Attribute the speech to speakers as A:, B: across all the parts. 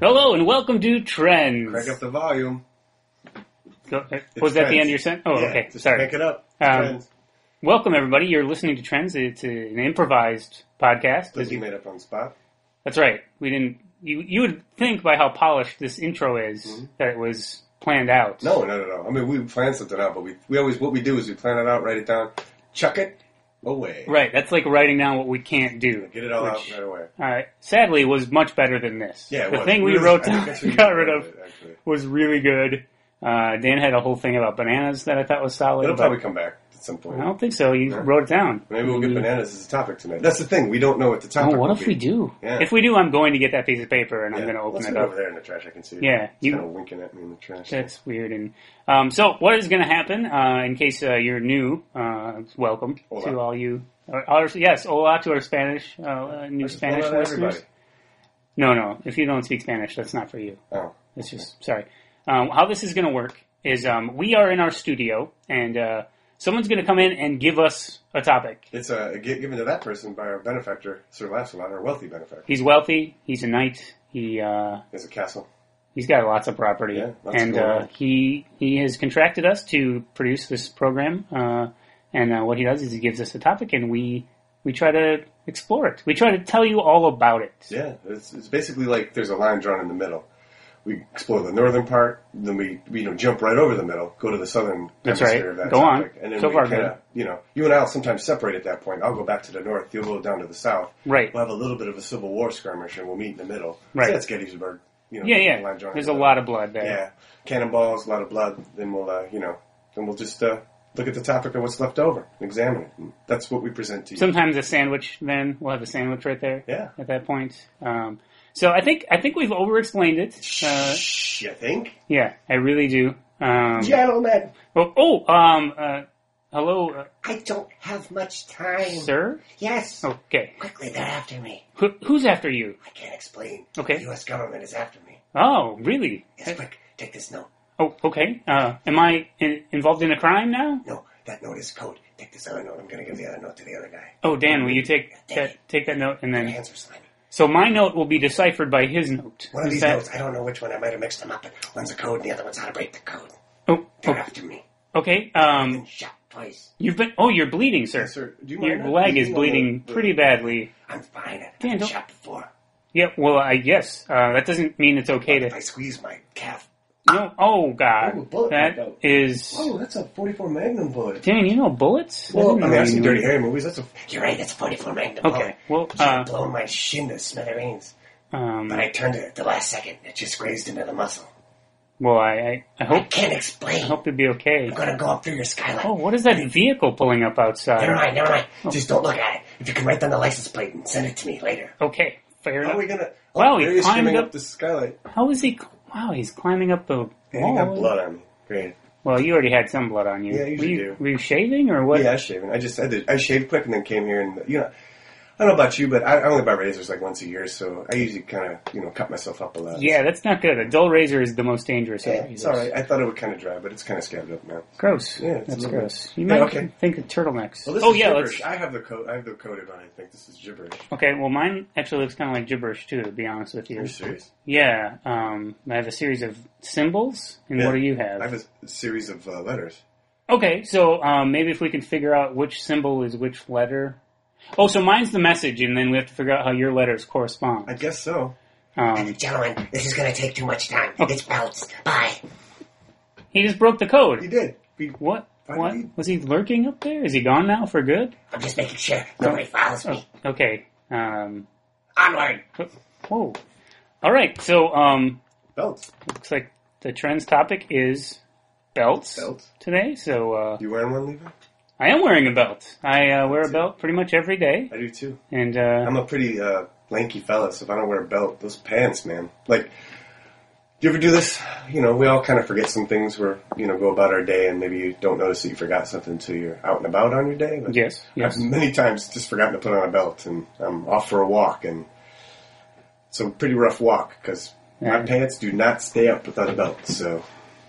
A: Hello and welcome to Trends.
B: Crank up the volume.
A: Go- uh,
B: It's
A: was that the
B: Trends.
A: end of your sentence? Oh,
B: Yeah,
A: okay.
B: Just
A: Sorry.
B: Crank it up.
A: Um,
B: Trends
A: Welcome everybody. You're listening to Trends. It's a- an improvised podcast.
B: that
A: As
B: you
A: you-
B: made up on the spot.
A: that's right. We didn't. You you would think by how polished this intro is that it was planned out.
B: Mm-hmm. No, no, no, no. I mean, we plan something out, but we, we always, what we do is we plan it out, write it down, chuck it away.
A: Right. That's like writing down what we can't do.
B: Get it all
A: which,
B: out right away.
A: All right. Sadly, was much better than this.
B: Yeah, it
A: the
B: was.
A: thing we
B: Really,
A: wrote
B: I think
A: down
B: that's what you
A: got rid of
B: it, actually.
A: was really good. Uh, Dan had a whole thing about bananas that I thought was solid.
B: It'll
A: but
B: probably come back at some point.
A: I don't think so. You
B: No.
A: wrote it down. Mm-hmm.
B: Maybe we'll get bananas as a topic tonight. That's the thing. We don't know what the
A: Oh,
B: topic
A: what
B: will
A: if we
B: be.
A: do?
B: Yeah.
A: If we do, I'm going to get that piece of paper and I'm
B: Yeah.
A: going to open
B: Let's
A: it
B: put
A: up.
B: over there in the trash. I can see it.
A: Yeah,
B: It's
A: you-
B: kind of winking at me in the trash.
A: That's weird. And um, so, what is going to happen? Uh, in case uh, you're new, uh, welcome
B: Hola.
A: to all you. Or, our, yes, hola to our Spanish, uh, uh, new
B: Just
A: Spanish
B: throw that at
A: listeners.
B: everybody.
A: No, no. If you don't speak Spanish, that's not for you.
B: Oh,
A: It's just sorry. Um, how this is going to work is um, we are in our studio, and uh, someone's going to come in and give us a topic.
B: it's uh, gi- given to that person by our benefactor, Sir Lancelot, our wealthy benefactor.
A: He's wealthy. He's a knight. He uh,
B: He has a castle.
A: he's got lots of property,
B: Yeah, lots
A: and
B: going
A: uh,
B: on.
A: he he has contracted us to produce this program. Uh, and uh, what he does is he gives us a topic, and we we try to explore it. We try to tell you all about it.
B: Yeah, it's, it's basically like there's a line drawn in the middle. We explore the northern part, then we, we you know jump right over the middle, go to the southern
A: That's right.
B: hemisphere of that
A: Go on.
B: topic, and then
A: So
B: we
A: far,
B: kind
A: good.
B: of you know you and I'll sometimes separate at that point. I'll go back to the north, you'll go down to the south.
A: Right.
B: We'll have a little bit of a civil war skirmish, and we'll meet in the middle.
A: Right.
B: So that's Gettysburg. You know,
A: Yeah,
B: line
A: yeah.
B: drawn in
A: There's
B: the
A: a
B: middle.
A: lot of blood there.
B: Yeah, cannonballs, a lot of blood. Then we'll uh, you know then we'll just uh, look at the topic of what's left over, and examine it. And that's what we present to you.
A: Sometimes a sandwich. Then we'll have a sandwich right there.
B: yeah.
A: At that point. Um, so I think I think we've over-explained it. Uh,
B: Shh, you think?
A: yeah, I really do. Um,
B: Gentlemen,
A: Oh, oh um, uh, hello, uh,
B: I don't have much time.
A: sir.
B: Yes. Oh,
A: Okay.
B: Quickly, they're after me.
A: Who, who's after you?
B: I can't explain.
A: Okay.
B: The U.S. government is after me.
A: Oh, really?
B: Yes, quick, take this note.
A: Oh, okay. Uh, am I in, involved in a crime now?
B: No, that note is code. Take this other note. I'm going to give the other note to the other guy.
A: Oh, Dan, will you take that, take that note and
B: My
A: then?
B: hands are slimy.
A: So my note will be deciphered by his note.
B: One of
A: Is
B: these
A: that-
B: notes, I don't know which one. I might have mixed them up. But one's a code, and the other one's how to break the code.
A: Oh,
B: They're
A: oh,
B: after me.
A: okay.
B: I've been
A: Um,
B: shot twice.
A: you've been. Oh, you're bleeding, sir.
B: Do you
A: Your leg is bleeding pretty badly.
B: I'm fine. I've
A: Dan,
B: been
A: don't-
B: shot before.
A: Yeah. Well, I guess uh, that doesn't mean it's okay
B: If I
A: to.
B: squeeze my calf.
A: No. Oh
B: Oh, a
A: God.
B: bullet went
A: That
B: out.
A: is.
B: Oh, that's a 44 Magnum bullet.
A: Dan, you know bullets?
B: Well, I
A: didn't
B: mean,
A: know
B: I've seen
A: you
B: Dirty
A: knew-
B: Harry movies. That's a you're right. That's a forty-four Magnum.
A: Okay. Well,
B: I
A: uh,
B: blown my shin to smithereens,
A: um,
B: but I turned it at the last second. It just grazed into the muscle.
A: well, I, I, I
B: I
A: hope,
B: can't explain.
A: I hope you'll be okay.
B: I'm gonna go up through your skylight.
A: Oh, what is that vehicle pulling up
B: Never
A: outside?
B: mind. Never mind. Just don't look at it. If you can write down the license plate and send it to me later.
A: Okay, fair
B: How are
A: enough.
B: we gonna? Oh,
A: Wow, he
B: there he is
A: climbed
B: coming
A: up-
B: the skylight.
A: How is he? cl- Wow, he's climbing up the
B: And you got
A: wall.
B: blood on me. Great.
A: Well, you already had some blood on you.
B: Yeah, I usually
A: were you,
B: do.
A: Were you shaving or what?
B: Yeah, I was shaving. I just I, did, I shaved quick and then came here and you know. I don't know about you, but I, I only buy razors like once a year, so I usually kind of you know cut myself up a lot.
A: Yeah, that's not good. A dull razor is the most dangerous. of
B: Yeah,
A: razors.
B: it's all right. I thought it would kind of dry, but it's kind of scabbed up now.
A: Gross.
B: Yeah, it's a
A: that's
B: little
A: gross. You
B: Yeah,
A: might
B: okay.
A: think of turtlenecks.
B: Well, this
A: oh
B: is
A: yeah,
B: gibberish.
A: let's.
B: I have the code. I have the coded on. I think this is gibberish.
A: Okay, well, mine actually looks kind of like gibberish too. To be honest with you.
B: Are you serious?
A: Yeah, um, I have a series of symbols, and
B: Yeah.
A: what do you
B: I
A: have?
B: have a s- series of uh, letters.
A: Okay, so um, maybe if we can figure out which symbol is which letter. Oh, so mine's the message, and then we have to figure out how your letters correspond.
B: I guess so.
A: Um,
C: Gentlemen, this is going to take too much time. It's bounced. Bye.
A: he just broke the code.
B: He did. He,
A: what?
B: Why
A: What
B: did he-
A: was he lurking up there? Is he gone now for good?
C: I'm just making sure nobody follows
A: Oh,
C: me.
A: okay. Um,
C: Onward.
A: whoa. All right. So um,
B: belt.
A: looks like the trends topic is belts
B: Belt.
A: today. So uh,
B: You wearing one, Levi?
A: I am wearing a belt. I uh, wear a belt pretty much every day,
B: I do too.
A: and uh,
B: I'm a pretty uh, lanky fella, so if I don't wear a belt, those pants, man. Like, do you ever do this? You know, we all kind of forget some things. Where you know, go about our day, and maybe you don't notice that you forgot something until you're out and about on your day. But
A: yes, yes.
B: I've many times just forgotten to put on a belt, and I'm off for a walk, and it's a pretty rough walk because my
A: Yeah.
B: pants do not stay up without a belt. So,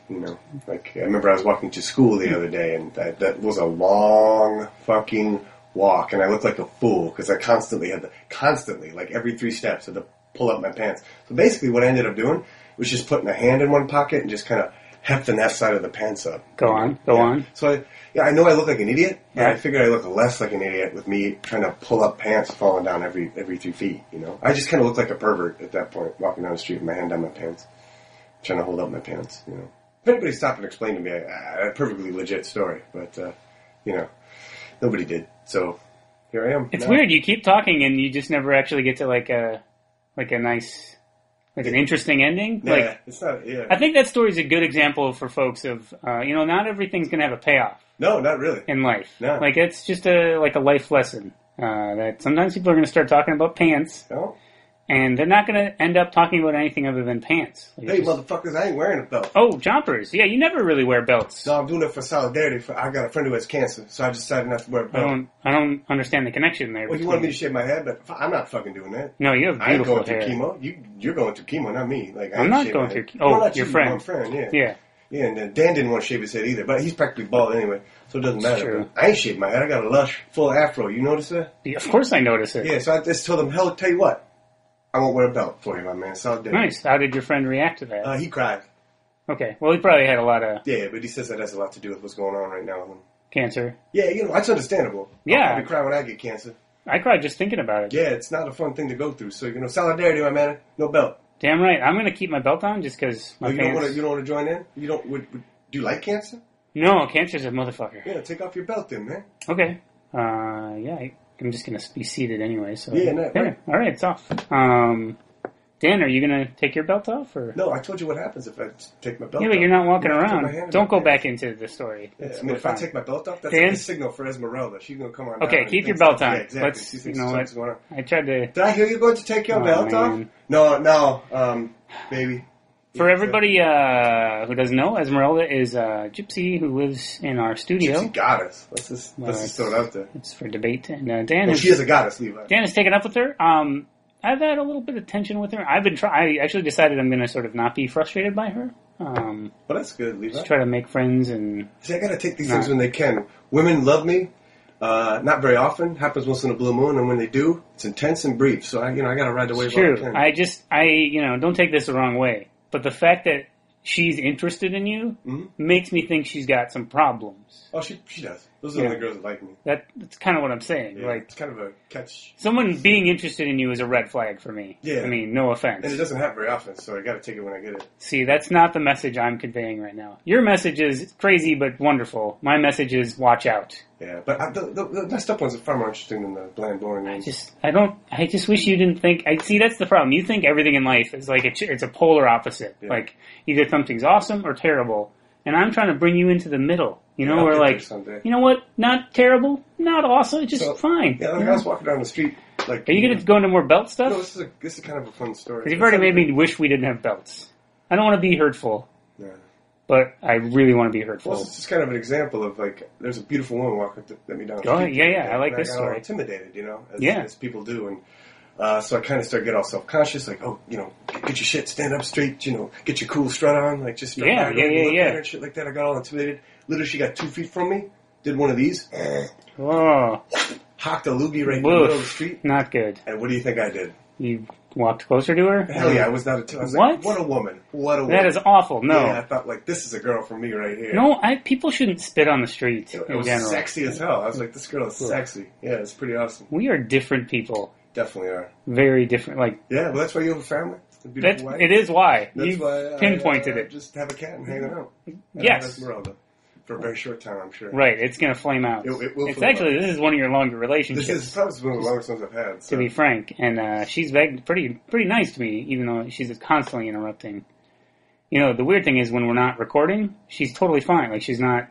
B: you know, like I remember I was walking to school the other day, and that, that was a long fucking walk, and I looked like a fool because I constantly had the constantly like every three steps had to pull up my pants. So basically, what I ended up doing was just putting a hand in one pocket and just kind of hefting that side of the pants up.
A: Go on, go
B: Yeah.
A: on.
B: So I, yeah, I know I look like an idiot, but
A: Yeah.
B: I figured I look less like an idiot with me trying to pull up pants falling down every every three feet. You know, I just kind of look like a pervert at that point, walking down the street with my hand down my pants, trying to hold up my pants. You know, if anybody stopped and explained to me, I, I, a perfectly legit story, but uh, you know, nobody did. So here I am.
A: It's
B: now.
A: weird. You keep talking and you just never actually get to like a like a nice like an interesting ending.
B: Yeah,
A: Like
B: it's not. Yeah,
A: I think that story's a good example for folks of uh, you know not everything's going to have a payoff
B: no, not really.
A: in life.
B: No.
A: Like it's just a like a life lesson uh, that sometimes people are going to start talking about pants
B: No,
A: and they're not going to end up talking about anything other than pants. Like,
B: hey
A: it's just-
B: motherfuckers, I ain't wearing a belt.
A: oh, jumpers. Yeah, you never really wear belts.
B: No, I'm doing it for solidarity. For, I got a friend who has cancer, so I decided not to wear a
A: I
B: belt.
A: don't I don't understand the connection there.
B: Well, you
A: between-
B: wanted me to shave my head, but f- I'm not fucking doing that.
A: no, you have
B: I ain't
A: beautiful
B: going
A: hair.
B: through chemo. You, you're going through chemo, not me. Like I
A: I'm
B: ain't
A: not
B: shaving
A: going
B: my
A: through
B: head.
A: che- oh,
B: not
A: your
B: you,
A: friend.
B: my friend, yeah,
A: Yeah.
B: yeah. And then Dan didn't want to shave his head either, but he's practically bald anyway, so it doesn't
A: That's
B: matter.
A: true.
B: But I ain't shaved my head. I got a lush, full afro. You notice that?
A: Yeah, Of course, I notice it.
B: Yeah. So I just told him, hell, tell you what, I won't wear a belt for you, my man. Solidarity.
A: Nice. How did your friend react to that?
B: Uh, he cried.
A: okay. Well, he probably had a lot of
B: Yeah, but he says that has a lot to do with what's going on right now. with him.
A: cancer.
B: Yeah, you know, that's understandable.
A: Yeah.
B: I cry when I get cancer.
A: I cried just thinking about it.
B: Yeah, it's not a fun thing to go through. So you know, solidarity, my man. No belt.
A: Damn right. I'm gonna keep my belt on just because my
B: Oh, you don't
A: pants.
B: want to. You don't want to join in. You don't. Would, would, do you like cancer?
A: No, cancer's a motherfucker.
B: Yeah, take off your belt, then, man.
A: Okay. Uh, yeah. I, I'm just gonna be seated anyway. So
B: Yeah, no, right.
A: All right. It's off. Um, Dan, are you gonna take your belt off or?
B: No, I told you what happens if I take my belt.
A: Yeah, but
B: off.
A: you're not walking
B: I'm gonna put my hand
A: around.
B: in
A: Don't
B: my
A: go back into the story.
B: pants.
A: It's-
B: Yeah, I mean,
A: we're
B: if I
A: fine.
B: take my belt off, that's
A: Dan?
B: a signal for Esmeralda. She's gonna come on. down
A: Okay,
B: and
A: keep your
B: thinks-
A: belt on.
B: Yeah, exactly.
A: Let's-
B: She thinks
A: you know
B: something's
A: what?
B: going on.
A: I tried to.
B: Did I hear you going to take your
A: Oh,
B: belt off?
A: man.
B: No, no, um, baby.
A: For
B: Yeah,
A: everybody uh, who doesn't know, Esmeralda is a gypsy who lives in our
B: so-
A: studio.
B: Gypsy goddess. Let's just
A: Well,
B: let's just throw it out there.
A: It's for debate, and uh, Dan
B: Well,
A: is
B: she is a goddess, Levi.
A: Dan has taken up with her. Um, I've had a little bit of tension with her. I've been trying. I actually decided I'm going to sort of not be frustrated by her. Um,
B: But that's good, Levi.
A: just try to make friends, and
B: See, I gotta take these
A: No.
B: things when they can. Women love me. Uh, not very often. Happens once in a blue moon, and when they do, it's intense and brief. So I, you know, I gotta ride the wave.
A: it's
B: while I
A: true.
B: can.
A: I just, I, you know, don't take this the wrong way, but the fact that she's interested in you
B: Mhm.
A: makes me think she's got some problems.
B: Oh, she she does. Those are
A: Yeah.
B: the only girls that like me.
A: That, that's kind of what I'm saying.
B: Yeah,
A: Like
B: it's kind of a catch,
A: someone being interested in you is a red flag for me.
B: Yeah.
A: I mean, no offense.
B: and it doesn't happen very often. So I gotta take it when I get it.
A: See, that's not the message I'm conveying right now. Your message is crazy but wonderful. My message is watch out.
B: Yeah, but I, the, the, the messed up ones are far more interesting than the bland, boring
A: I
B: ones.
A: just, I don't, I just wish you didn't think. I see that's the problem. You think everything in life is like a, ch- it's a polar opposite.
B: Yeah.
A: Like either something's awesome or terrible. And I'm trying to bring you into the middle. You know,
B: I'll
A: where
B: get there
A: like,
B: someday.
A: you know what? Not terrible, not awesome. It's just
B: So-
A: fine.
B: Yeah, like
A: You know?
B: I was walking down the street. Like,
A: Are you going to go into more belt stuff?
B: No, this is a this is kind of a fun story.
A: 'Cause you've already made me wish we didn't have belts. I don't want to be hurtful,
B: Yeah.
A: but I really want to be hurtful.
B: Well, it's just kind of an example of like, there's a beautiful woman walking th- at me down. the
A: Go ahead.
B: street
A: Yeah,
B: the other
A: yeah,
B: day,
A: I like
B: and
A: this
B: got all
A: story.
B: Intimidated, you know, as,
A: Yeah.
B: as people do, and uh, so I kind of started to get all self conscious, like, oh, you know, get, get your shit, stand up straight, you know, get your cool strut on, like just
A: Yeah,
B: right
A: yeah,
B: and
A: yeah,
B: look
A: yeah.
B: at her And shit like that. I got all intimidated. Literally, she got two feet from me. Did one of these,
A: Oh,
B: hocked a loogie right in the
A: Woof.
B: middle of the street,
A: not good.
B: and what do you think I did?
A: You walked closer to her?
B: Hell yeah, I was not a two. I was
A: What?
B: like, what a woman, what a woman.
A: That is awful. No.
B: Yeah, I thought like this is a girl for me right here.
A: No, I, people shouldn't spit on the street
B: It, it
A: in
B: was
A: general.
B: sexy as hell. I was like, this girl is sexy. Yeah, it's pretty awesome.
A: We are different people.
B: Definitely are.
A: Very different. Like,
B: Yeah, well, that's why you have a family. It's a
A: that,
B: beautiful wife.
A: it is why.
B: That's
A: you
B: why I,
A: pinpointed
B: uh,
A: it.
B: Just have a cat and hang it out. And
A: Yes.
B: have Esmeralda for a very short time, I'm sure.
A: Right, it's going to flame out.
B: It- it will
A: it's
B: flame
A: actually, this is one of your longer relationships,
B: This is probably one of the longest ones I've had. So.
A: to be frank. And uh, she's very, pretty, pretty nice to me, even though she's constantly interrupting. You know, the weird thing is when we're not recording, she's totally fine. Like, she's not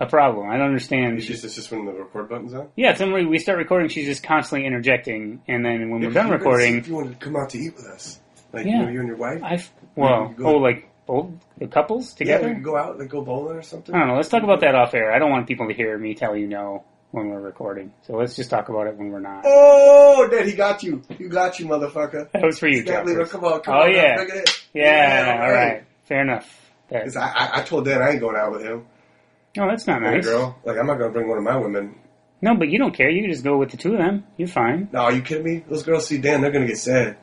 A: a problem. I don't understand.
B: it's just it's just when the record button's on.
A: Yeah, suddenly we start recording, she's just constantly interjecting, and then when we're done
B: You're gonna see
A: recording,
B: If you wanted to come out to eat with us, like
A: Yeah.
B: you, know, you and your wife
A: I f- well,
B: You go-
A: oh, like both the couples
B: yeah,
A: together.
B: we could go out, like go bowling or something.
A: I don't know. Let's talk about that off air. I don't want people to hear me tell you no when we're recording. So let's just talk about it when we're not.
B: Oh, Dad, he got you. You got you, motherfucker.
A: That was for you,
B: Can't believe it.
A: Jeffers.
B: Come on, come
A: Oh,
B: on,
A: yeah.
B: bring it in.
A: Yeah, all
B: hey.
A: right, fair enough. That,
B: 'Cause I, I, I told Dan I ain't going out with him.
A: no, that's not
B: And a
A: nice.
B: girl, like I'm not gonna bring one of my women.
A: No, but you don't care. You can just go with the two of them. You're fine.
B: No, are you kidding me? Those girls see Dan, they're gonna get sad.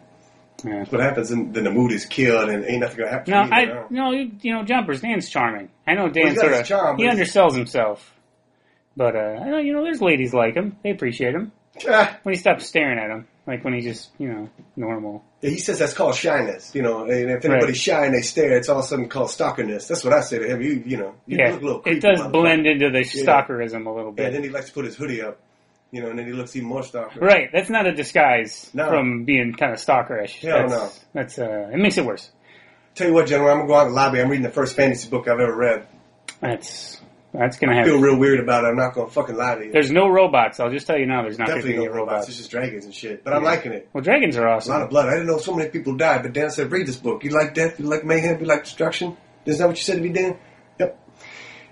A: Yeah.
B: That's what happens, and then the mood is killed, and ain't nothing gonna happen.
A: No,
B: to you, you
A: I
B: know?
A: no, you, you know, jumpers. Dan's charming. I know
B: Well,
A: Dan
B: he's got
A: sort of
B: his charm,
A: he
B: but he's-
A: undersells himself, but uh, I know you know there's ladies like him. They appreciate him
B: Ah,
A: when he stops staring at him, like when he's just you know normal.
B: he says that's called shyness, you know. And if anybody's
A: Right.
B: shy and they stare, it's all of a sudden called stalkerness. That's what I say to him. You, you know, you
A: yeah,
B: look a little creepy.
A: it does
B: motherfucker.
A: blend into the stalkerism a little
B: Yeah,
A: bit.
B: and then he likes to put his hoodie up, you know, and then he looks even more stalker.
A: Right, that's not a disguise
B: No.
A: from being kind of stalkerish.
B: Hell
A: that's, that's uh, it makes it worse.
B: Tell you what, General, I'm gonna go out in the lobby. I'm reading the first fantasy book I've ever read.
A: That's that's gonna
B: I feel
A: happen.
B: real weird about it. I'm not gonna fucking lie to you.
A: There's no robots. I'll just tell you now. There's not
B: Definitely no
A: going to be
B: robots. It's just dragons and shit. But I'm
A: Yeah.
B: liking it.
A: Well, dragons are
B: A
A: awesome.
B: lot of blood. I didn't know so many people died. But Dan said, read this book. You like death? You like mayhem? You like destruction? Isn't that what you said to me, Dan? Yep.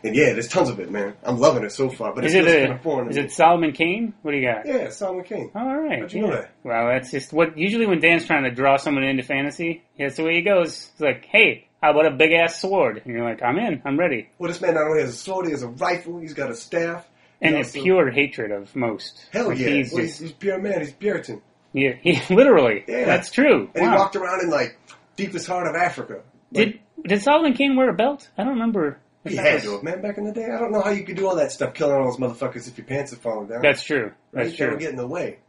B: And yeah, there's tons of it, man. I'm loving it so far. But
A: is
B: it's
A: it
B: just kind of
A: a,
B: foreign.
A: is
B: to me.
A: it Solomon Kane? What do you got?
B: Yeah, Solomon King.
A: All right.
B: How'd you know
A: yeah.
B: that?
A: Well, that's just what usually when Dan's trying to draw someone into fantasy, that's the way he goes. He's like, "Hey, how about a big ass sword?" And you're like, "I'm in. I'm ready."
B: Well, this man not only has a sword, he has a rifle. He's got a staff. He
A: And a
B: also-
A: pure hatred of most.
B: Hell
A: Like,
B: yeah!
A: He's
B: Well, he's,
A: just
B: he's pure man. He's Puritan.
A: yeah, he literally.
B: Yeah.
A: That's true.
B: And
A: Wow.
B: he walked around in like deepest heart of Africa. Like,
A: Did did Solomon Kane wear a belt? I don't remember. if
B: he
A: that
B: had
A: was-
B: to have, man, back in the day. I don't know how you could do all that stuff, killing all those motherfuckers if your pants had fallen down.
A: That's true.
B: right?
A: That's
B: They would
A: true.
B: get in the way.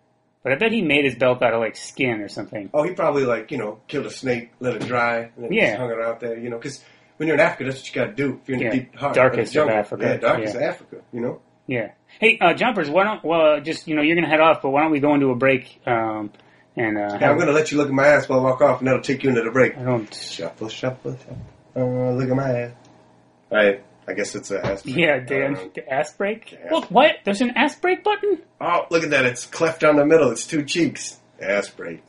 A: But I bet he made his belt out of like skin or something.
B: Oh, he probably like you know killed a snake, let it dry, and then
A: Yeah.
B: just hung it out there. You know, because when you're in Africa, that's what you got to do. If you're in
A: Yeah,
B: the deep heart
A: darkest
B: the
A: of
B: jungle.
A: Africa,
B: yeah, darkest
A: yeah.
B: of Africa. You know,
A: Yeah. Hey, uh, jumpers. Why don't? Well, just you know, you're gonna head off, but why don't we go into a break? Um, and uh,
B: Now, I'm gonna let you look at my ass while I walk off, and that'll take you into the break.
A: I don't.
B: Shuffle, shuffle, shuffle. Uh, look at my ass. I I guess it's a ass. break. Um,
A: Yeah,
B: I
A: Dan.
B: don't know.
A: The ass break.
B: Uh, Yeah.
A: Well, what? There's an ass break button.
B: Oh, look at that! It's cleft down the middle. It's two cheeks. Ass break.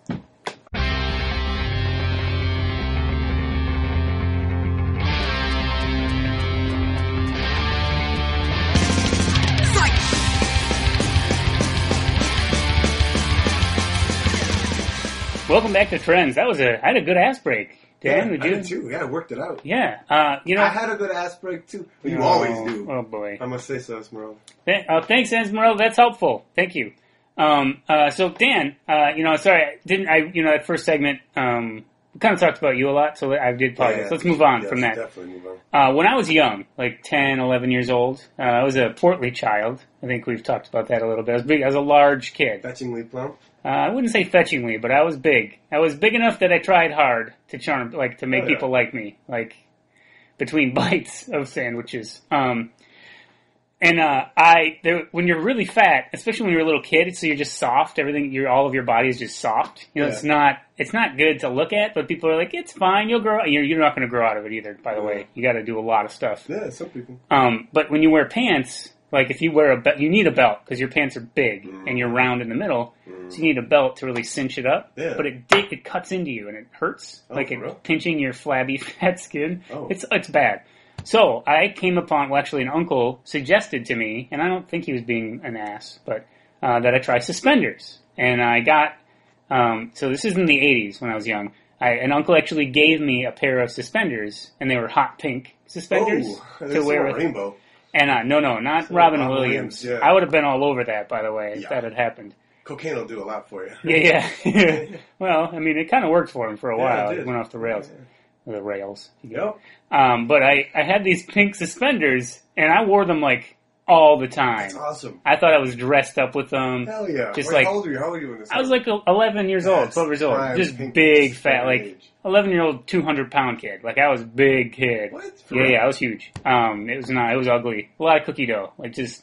A: Welcome back to Trends. That was a. I had a good ass break. Dan,
B: yeah,
A: would
B: I
A: you?
B: did too. Yeah, I worked it out.
A: Yeah. Uh, you know.
B: I had a good ass break too. But you always
A: Oh,
B: do.
A: Oh boy.
B: I must say so, Esmeralda.
A: Th- uh, thanks, Esmeralda. That's helpful. Thank you. Um, uh, so Dan, uh, you know, sorry, I didn't I? You know, that first segment um, kind of talked about you a lot, so I did apologize.
B: Yeah,
A: Let's move on
B: yeah,
A: from that.
B: Definitely move on.
A: Uh, when I was young, like 10, 11 years old, uh, I was a portly child. I think we've talked about that a little bit. I was big. I was a large kid.
B: Fetchingly plump.
A: Uh, I wouldn't say fetchingly, but I was big. I was big enough that I tried hard to charm, like to make
B: Oh, yeah.
A: people like me, like between bites of sandwiches. Um, and uh, I, there, when you're really fat, especially when you're a little kid, so you're just soft. Everything, your all of your body is just soft. You know, it's
B: Yeah.
A: not, it's not good to look at. But people are like, it's fine. You'll grow. You're, you're not going to grow out of it either. By the way, you got to do a lot of stuff.
B: Yeah, some people.
A: Um, but when you wear pants, like if you wear a belt, you need a belt because your pants are big
B: Mm.
A: and you're round in the middle, so you need a belt to really cinch it up.
B: Yeah.
A: But it di- it cuts into you and it hurts,
B: Oh,
A: like
B: for
A: it
B: real?
A: pinching your flabby fat skin.
B: Oh.
A: It's it's bad. So I came upon, well, actually, an uncle suggested to me, and I don't think he was being an ass, but uh, that I try suspenders, and I got um, so this is in the 80s when I was young. I, an uncle actually gave me a pair of suspenders, and they were hot pink suspenders
B: oh,
A: to wear with.
B: rainbow.
A: And uh, no, no, not Robin
B: Robin
A: Williams.
B: Williams, yeah.
A: I would have been all over that, by the way, if
B: Yeah.
A: that had happened.
B: Cocaine will do a lot for you.
A: Yeah, yeah. well, I mean, it kind of worked for him for a
B: Yeah,
A: while.
B: it
A: It,
B: did.
A: went off the rails, the rails.
B: Yep.
A: Um, but I, I had these pink suspenders, and I wore them like all the time.
B: That's awesome.
A: I thought I was dressed up with them.
B: Hell yeah.
A: Just
B: Wait,
A: like-
B: how old were you? How old were you in this?
A: I was like 11 years old,
B: That's
A: 12 years old,
B: prime
A: just
B: pink
A: big, fat,
B: suspender
A: like
B: age.
A: 11 year old, 200 pound kid. Like I was a big kid.
B: What? For
A: Yeah,
B: real?
A: yeah, I was huge. Um, it was not, it was ugly. A lot of cookie dough. Like just,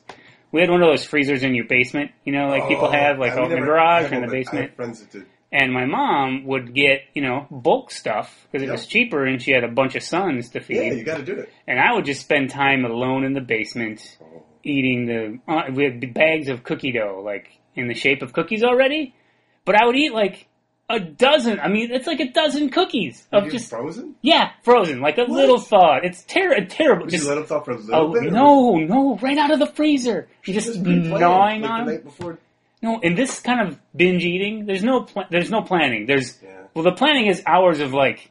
A: we had one of those freezers in your basement, you know, like people
B: Oh,
A: have, like
B: I
A: out in the
B: never
A: garage
B: had
A: or in the
B: one, but I
A: basement.
B: had friends that did.
A: And my mom would get, you know, bulk stuff because it
B: Yeah.
A: was cheaper and she had a bunch of sons to feed.
B: Yeah, you got to do it.
A: and I would just spend time alone in the basement eating the uh, we had big bags of cookie dough, like in the shape of cookies already. But I would eat like a dozen. I mean, it's like a dozen cookies
B: Were
A: of
B: you
A: Oh, just
B: frozen?
A: yeah, frozen, like a little thaw. It's ter- terrible.
B: Did
A: Just
B: you let them thaw for a little
A: oh
B: bit? or
A: no, no, right out of the freezer. You're
B: was
A: just
B: it just pre-planned,
A: gnawing
B: like
A: on.
B: the
A: them.
B: night before.
A: No, in this kind of binge eating, there's no pl- there's no planning. There's
B: Yeah.
A: well, the planning is hours of like,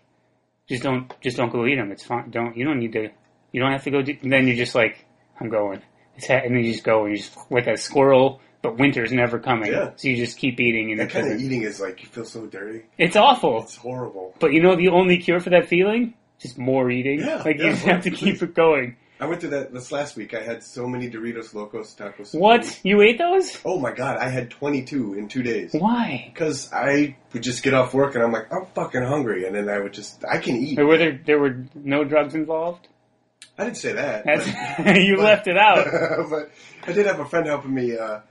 A: just don't just don't go eat them. It's fine. Don't you don't need to. You don't have to go. Do, and then you're just like, I'm going. It's ha- and then you just go and you just like a squirrel but winter's never coming.
B: Yeah.
A: So you just keep eating and
B: That
A: it
B: kind of
A: doesn't.
B: eating is like you feel so dirty.
A: It's awful.
B: It's horrible.
A: But you know the only cure for that feeling? Just more eating.
B: Yeah,
A: like you
B: yeah,
A: just have to keep it going.
B: I went through that this last week. I had so many Doritos Locos Tacos.
A: What? You ate those?
B: Oh my god! I had 22 in two days.
A: Why?
B: Because I would just get off work and I'm like, I'm fucking hungry, and then I would just, I can eat.
A: Or were there there were no drugs involved?
B: I didn't say that.
A: That's,
B: but-
A: you left it out.
B: but I did have a friend helping me uh,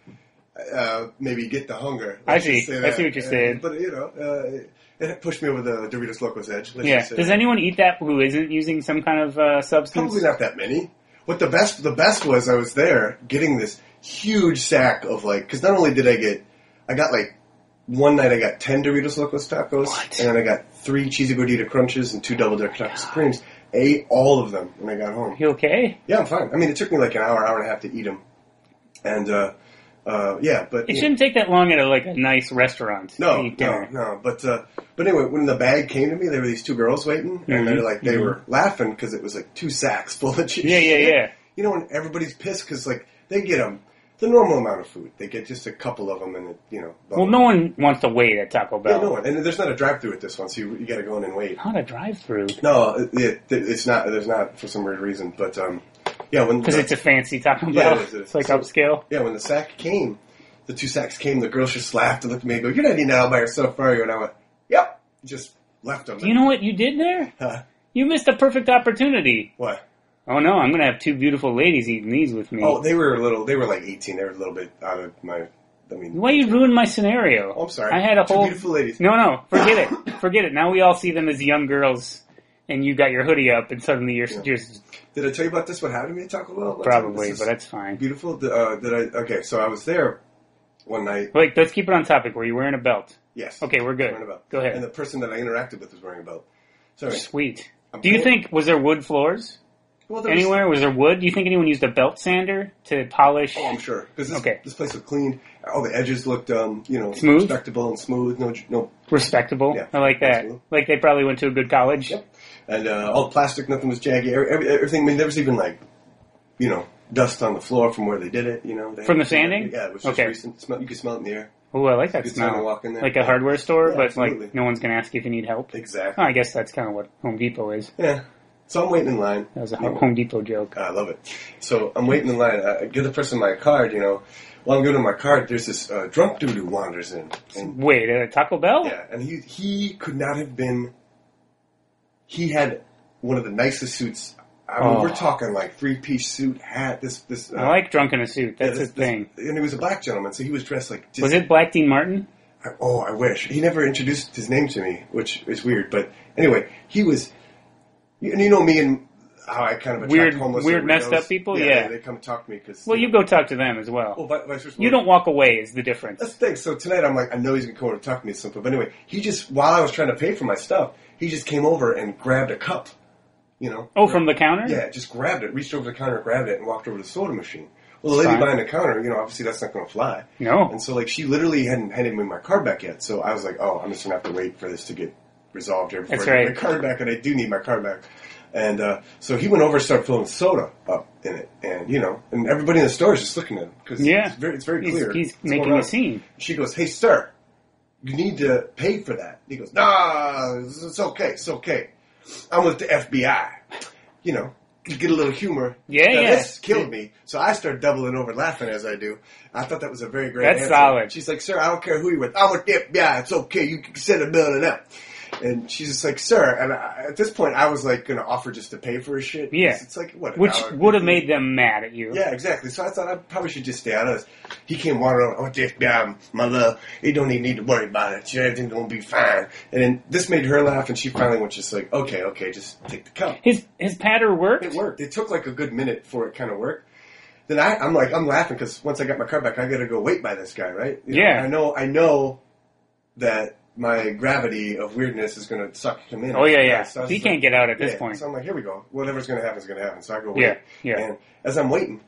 B: uh, maybe get the hunger.
A: I
B: Let's
A: see.
B: just say
A: I
B: that.
A: see what you're
B: Uh,
A: saying.
B: But you know, uh, it pushed me over the Doritos Locos edge. Let's
A: Yeah.
B: just say
A: Does
B: that.
A: anyone eat that who isn't using some kind of uh, substance?
B: probably not that many? What the best? The best was I was there getting this huge sack of like because not only did I get, I got like. One night I got ten Doritos Locos tacos,
A: What?
B: and then I got three cheesy gordita crunches and two double decker taco supremes. Ate all of them when I got home.
A: You okay?
B: Yeah, I'm fine. I mean, it took me like an hour, hour and a half to eat them, and uh, uh, yeah, but
A: It shouldn't take that long at a, like a nice restaurant. to
B: No,
A: eat
B: no,
A: dinner.
B: no. But uh, but anyway, when the bag came to me, there were these two girls waiting,
A: Mm-hmm.
B: and they're like they were laughing because it was like two sacks full of cheese.
A: Yeah, yeah, yeah.
B: You know, when everybody's pissed because like they get them the normal amount of food, they get just a couple of them, and it, you know.
A: Well, no one wants to wait at Taco
B: yeah,
A: Bell.
B: no one. And there's not a drive-through at this one, so you, you got to go in and wait.
A: Not a drive-through
B: No, it, it, it's not. There's not for some weird reason, but um, yeah, when
A: because
B: the-
A: it's a fancy Taco Bell.
B: Yeah, it is, it is.
A: It's like
B: So-
A: upscale.
B: Yeah, when the sack came, the two sacks came, the girls just laughed and looked at me and go, You're not eating that all by yourself, are you? And I went, Yep. Just left them.
A: Do you know what you did there?
B: Huh.
A: You missed a perfect opportunity.
B: what?
A: Oh no, I'm gonna have two beautiful ladies eating these with me.
B: Oh, they were a little, they were like 18. They were a little bit out of my, I mean,
A: Why you ruined my scenario?
B: Oh, I'm sorry.
A: I had a
B: Two
A: whole
B: beautiful ladies.
A: No, no, forget it, forget it. Now we all see them as young girls, and you got your hoodie up, and suddenly you're you're
B: Did I tell you about this? What happened to me at Taco Bell? Let's-
A: probably,
B: this is
A: but that's fine.
B: beautiful. The, Uh, did I, okay, so I was there one night.
A: Wait, let's keep it on topic. Were you wearing a belt?
B: Yes.
A: Okay, we're good.
B: Wearing a belt.
A: Go ahead.
B: And the person that I interacted with was wearing a belt. Sorry.
A: Sweet.
B: I'm
A: Do you
B: cool.
A: think was there wood floors
B: Well, there was-
A: anywhere? Was there wood? Do you think anyone used a belt sander to polish?
B: Oh, I'm sure. Because this,
A: Okay.
B: this place was clean. All the edges looked, um, you know,
A: Smooth?
B: respectable and smooth. No, no
A: Respectable.
B: Yeah.
A: I like that.
B: Absolutely.
A: Like they probably went to a good college.
B: Yep. And uh, all plastic, nothing was jaggy. Every, every, everything, I mean, there was even like, you know, dust on the floor from where they did it. You know, they
A: From
B: had-
A: the sanding?
B: Yeah, it was just
A: Okay.
B: recent. Smell, you could smell it in the air.
A: Oh, I like that
B: Good time to
A: smell.
B: walk in there.
A: Like a hardware store,
B: Yeah,
A: but
B: absolutely.
A: like no one's gonna ask you if you need help. Oh,
B: Exactly.
A: I guess that's kind of what Home Depot is.
B: Yeah. So I'm waiting in line.
A: That was a Ho- Home Depot joke.
B: I love it. So I'm waiting in line. I I give the person my card. You know, while I'm giving him my card, there's this uh, drunk dude who wanders in, and
A: Wait, at a Taco Bell?
B: Yeah, and he he could not have been. He had one of the nicest suits. I mean,
A: Oh.
B: we're talking like three piece suit, hat. This this. Uh,
A: I like drunk in a suit.
B: yeah,
A: That's
B: this-
A: his thing.
B: this- And he was a black gentleman, so he was dressed like. Just,
A: Was it Black Dean Martin?
B: I- oh, I wish he never introduced his name to me, which is weird. But anyway, he was. You, and you know me and how I kind of attract
A: Weird-
B: homeless
A: weird
B: and
A: messed
B: weirdos.
A: up people?
B: Yeah,
A: Yeah.
B: They, they come talk to me because.
A: Well, you go talk to them as well.
B: Oh, vi- vice versa.
A: you don't walk away is the difference.
B: That's the thing. So tonight I'm like, I know he's gonna come over and talk to me at some point. But anyway, he just while I was trying to pay for my stuff, he just came over and grabbed a cup. You know?
A: Oh, from the counter?
B: Yeah, just grabbed it, reached over the counter, grabbed it, and walked over to the soda machine. Well, the lady
A: Fine.
B: behind the counter, you know, obviously that's not gonna fly.
A: No.
B: And so like she literally hadn't handed me my card back yet. So I was like, oh, I'm just gonna have to wait for this to get resolved here before
A: That's
B: I get
A: right.
B: my card back, and I do need my card back. And uh, so he went over and started filling soda up in it, and you know, and everybody in the store is just looking at him because
A: Yeah.
B: it's very, it's very
A: He's-
B: clear.
A: he's
B: what's
A: making
B: going
A: a
B: on.
A: scene.
B: She goes, "Hey, sir, you need to pay for that." He goes, "Nah, it's it's okay, it's okay. I'm with the FBI." You know, you get a little humor.
A: Yeah,
B: Now,
A: yeah.
B: This killed me, so I start doubling over laughing as I do. I thought that was a very great.
A: That's
B: answer.
A: solid.
B: She's like, "Sir, I don't care who you're with. I'm with the FBI. It's okay. You can send a bill and up." And she's just like, "Sir," and I, at this point, I was like, going to offer just to pay for his shit.
A: Yeah.
B: it's like what,
A: Which would have made them mad at you.
B: yeah, exactly. So I thought I probably should just stay out of this. He came wandering over, oh, this guy, my love, you don't even need to worry about it. Everything's going to be fine. And then this made her laugh, and she finally was just like, okay, okay, just take the cup.
A: His his patter worked.
B: It worked. It took like a good minute for it kind of worked. Then I, I'm like, I'm laughing because once I got my car back, I got to go wait by this guy, right? You know,
A: Yeah.
B: I know, I know that my gravity of weirdness is going to suck him in.
A: Oh yeah, yeah.
B: So I was
A: he
B: just
A: can't
B: like-
A: get out at this
B: yeah,
A: point.
B: So I'm like, here we go. Whatever's going to happen is going to happen. So I go wait.
A: Yeah, yeah.
B: And as I'm waiting,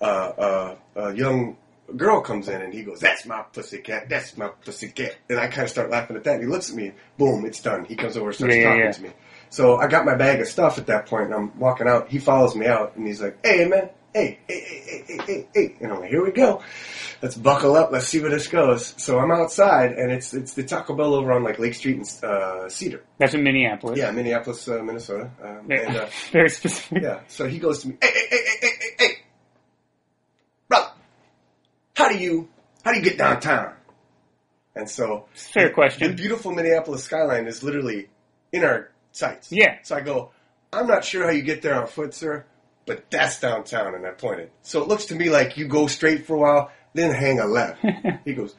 B: uh, uh, a young girl comes in and he goes, that's my pussycat. That's my pussycat. And I kind of start laughing at that. And he looks at me. Boom, it's done. He comes over and starts
A: Yeah, yeah,
B: talking
A: yeah.
B: to me. So I got my bag of stuff at that point and I'm walking out. He follows me out and he's like, hey, man, hey, hey, hey, hey, hey, hey, hey. And I'm like, here we go. Let's buckle up. Let's see where this goes. So I'm outside, and it's it's the Taco Bell over on like Lake Street and uh, Cedar.
A: That's in Minneapolis.
B: Yeah, Minneapolis, uh, Minnesota. Um,
A: Very-
B: and, uh,
A: Very specific.
B: yeah. So he goes to me, hey, hey, hey, hey, hey, hey, hey, brother, how do you how do you get downtown? And so
A: Fair
B: the
A: question.
B: beautiful Minneapolis skyline is literally in our sights.
A: Yeah.
B: So I go, I'm not sure how you get there on foot, sir, but that's downtown, and I pointed. So it looks to me like you go straight for a while, then hang a left. he goes,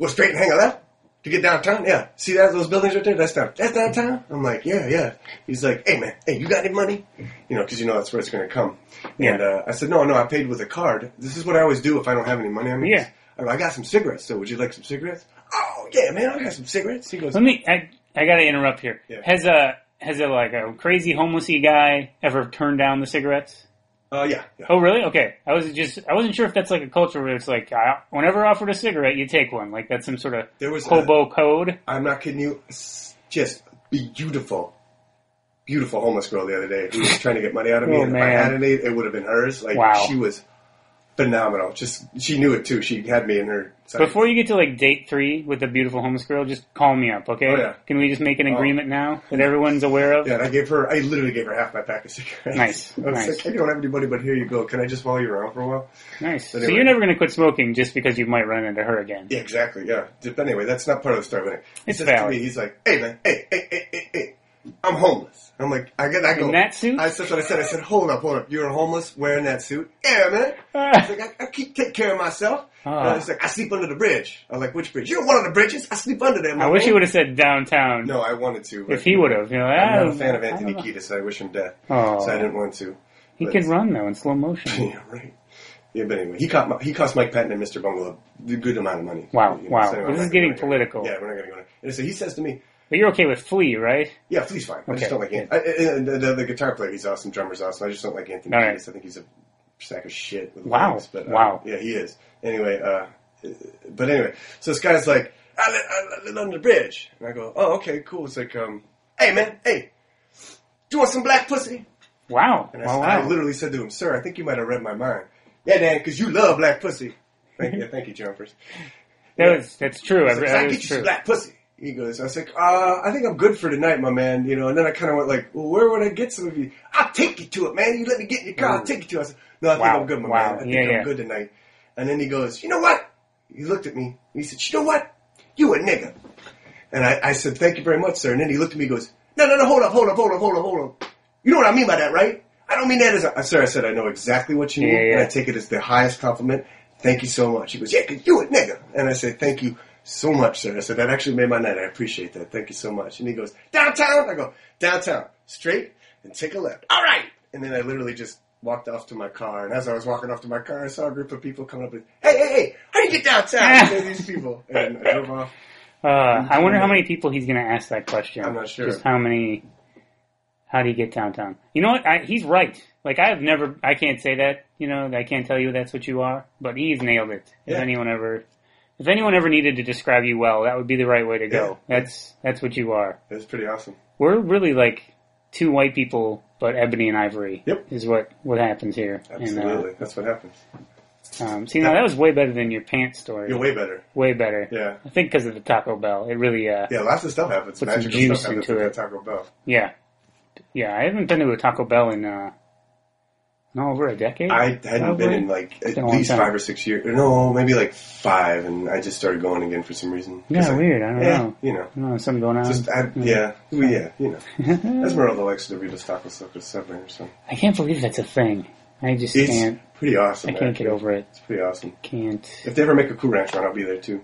B: go straight and hang a left to get downtown? Yeah. See that those buildings right there? That's down. That's downtown? I'm like, yeah, yeah. He's like, hey, man, hey, you got any money? You know, because you know that's where it's going to come. And uh, I said, no, no, I paid with a card. This is what I always do if I don't have any money on me.
A: Yeah.
B: I go, I got some cigarettes, so would you like some cigarettes? Oh, yeah, man, I got some cigarettes. He goes,
A: Let me. I, I got to interrupt here.
B: Yeah.
A: Has a has a like a crazy homelessy guy ever turned down the cigarettes?
B: uh, yeah, yeah.
A: Oh, really? Okay. I was just I wasn't sure if that's like a culture where it's like I, whenever offered a cigarette, you take one. Like that's some sort of
B: There was a-
A: hobo code.
B: I'm not kidding you. s- Just beautiful, beautiful homeless girl the other day who was trying to get money out of me.
A: Oh,
B: and if I
A: man.
B: had any, it would have been hers. Like
A: Wow.
B: she was phenomenal. Just she knew it too. She had me in her. sight.
A: Before you get to like date three with the beautiful homeless girl, just call me up, okay?
B: Oh, yeah.
A: Can we just make an
B: Oh.
A: agreement now that everyone's aware of?
B: yeah, and I gave her. I literally gave her half my pack of cigarettes.
A: Nice,
B: I was
A: nice.
B: like, I don't have anybody, but here you go. Can I just follow you around for a while?
A: Nice. So
B: Anyway.
A: you're never going to quit smoking just because you might run into her again.
B: Yeah, exactly. Yeah. But anyway, that's not part of the story. But he
A: It's
B: says
A: valid.
B: to me, he's like, "Hey man, hey, hey, hey, hey, hey, I'm homeless." I'm like, I get, I go.
A: In that suit?
B: I, that's what I said. I said, "Hold up, hold up. You're homeless wearing that suit?" Yeah, man. He's like, I, I keep take care of myself.
A: Ah.
B: Uh, he's like, I sleep under the bridge. I'm like, which bridge? You're one of the bridges. I sleep under them.
A: I wish he would have said downtown.
B: No, I wanted to. But
A: If he would have, you know, I
B: I'm not a
A: don't-
B: fan of
A: I
B: Anthony
A: don't know.
B: Kiedis. I wish him death.
A: Oh.
B: So I didn't want to.
A: He
B: But-
A: can run though in slow motion.
B: Yeah, right. Yeah, but anyway, he caught my, he cost Mike Patton and Mr. Bungle a good amount of money.
A: Wow,
B: You know,
A: wow.
B: so anyway,
A: This is
B: I'm not gonna
A: getting
B: go there.
A: political.
B: Yeah, we're not going to go there. And so he says to me,
A: But you're okay with Flea, right?
B: "Yeah, Flea's fine. I just
A: Okay,
B: don't like
A: yeah.
B: Anthony. I, I- I- the, the, the guitar player, he's awesome. Drummer's awesome. I just don't like Anthony.
A: All
B: Kiedis.
A: right.
B: I think he's a sack of shit. With
A: Wow,
B: wings, but, uh,
A: wow.
B: Yeah, he is. Anyway, uh, but anyway, so this guy's like, "I live, I live under the bridge," and I go, "Oh, okay, cool." It's like, um, "Hey, man, hey, do you want some black pussy?"
A: Wow.
B: And I,
A: wow,
B: I
A: wow.
B: literally said to him, "Sir, I think you might have read my mind." Yeah, Dan, because you love black pussy. Thank you, thank you, jumpers.
A: That was, that's true. I,
B: He's like, "So I
A: that
B: get
A: is
B: you some
A: true.
B: black pussy. He goes. I was like, uh, I think I'm good for tonight, my man. You know. And then I kind of went like, well, where would I get some of you? I'll take you to it, man. You let me get in your car. I'll take you to it. I said, no, I think
A: Wow,
B: I'm good, my
A: wow,
B: man. I think
A: yeah,
B: I'm
A: yeah.
B: good tonight. And then he goes, you know what? He looked at me. and He said, you know what? You a nigga. And I, I said, thank you very much, sir. And then he looked at me and goes, no, no, no, hold up, hold up, hold up, hold up, hold up. You know what I mean by that, right? I don't mean that as a, sir, I said, I know exactly what you mean,
A: Yeah, yeah.
B: and I take it as the highest compliment. Thank you so much. He goes, yeah, 'cause you a nigga. And I said, thank you so much, sir. I said, that actually made my night. I appreciate that. Thank you so much. And he goes, downtown? I go, downtown, straight, and take a left. All right. And then I literally just walked off to my car, and as I was walking off to my car, I saw a group of people coming up with, hey, hey, hey, how do you get downtown? And these people. And I drove off.
A: Uh, I wonder how many people he's going to ask that question.
B: Mm-hmm. I'm not sure.
A: Just how many? How do you get downtown? You know what? I, he's right. Like I've never, I can't say that. You know, I can't tell you that's what you are. But he's nailed it. If
B: Yeah.
A: anyone ever, if anyone ever needed to describe you well, that would be the right way to go. That's that's what you are.
B: It was pretty awesome.
A: We're really like two white people, but ebony and ivory.
B: Yep.
A: Is what what happens here. And, uh,
B: Absolutely. That's what happens.
A: um, see, now that was way better than your pants story.
B: You're way better.
A: way better.
B: Yeah.
A: I think because of the Taco Bell, it really. Uh,
B: Yeah, lots of stuff happens.
A: Put some
B: Magical
A: juice
B: stuff happens
A: into
B: at
A: it.
B: Taco Bell.
A: Yeah. Yeah, I haven't been to a Taco Bell in, uh, no, over a decade.
B: I hadn't
A: probably.
B: been in like at
A: been a long
B: least
A: time.
B: five or six years. No, maybe like five, and I just started going again for some reason.
A: Yeah,
B: 'Cause I-
A: weird. I don't
B: yeah,
A: know.
B: you know.
A: I don't know, something going on.
B: Just, I, yeah, well, yeah, you know. Esmeralda likes Doritos Taco Sucker Subway or something.
A: I can't believe that's a thing. I just
B: It's
A: can't.
B: pretty awesome.
A: I can't
B: actually.
A: get over it.
B: It's pretty awesome.
A: Can't.
B: If they ever make a Cool Ranch run, I'll be there too.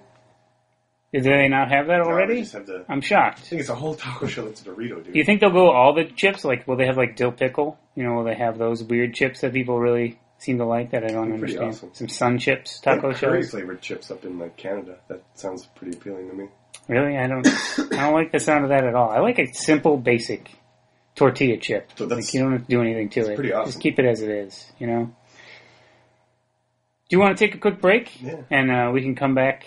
A: Do they not have that
B: No,
A: already?
B: they just have the-
A: I'm
B: I
A: shocked.
B: think it's a whole taco shell that's Dorito, dude.
A: Do you think they'll go all the chips? Like, will they have like dill pickle? You know, will they have those weird chips that people really seem to like that I don't
B: Pretty
A: understand?
B: awesome.
A: Some sun chips,
B: They have
A: taco
B: curry
A: shells.
B: flavored chips up in like Canada. That sounds pretty appealing to me.
A: Really, I don't. I don't like the sound of that at all. I like a simple, basic tortilla chip.
B: So that's-
A: like you don't have to do anything to it.
B: pretty awesome.
A: Just keep it as it is. You know. Do you want to take a quick break?
B: Yeah.
A: And uh, we can come back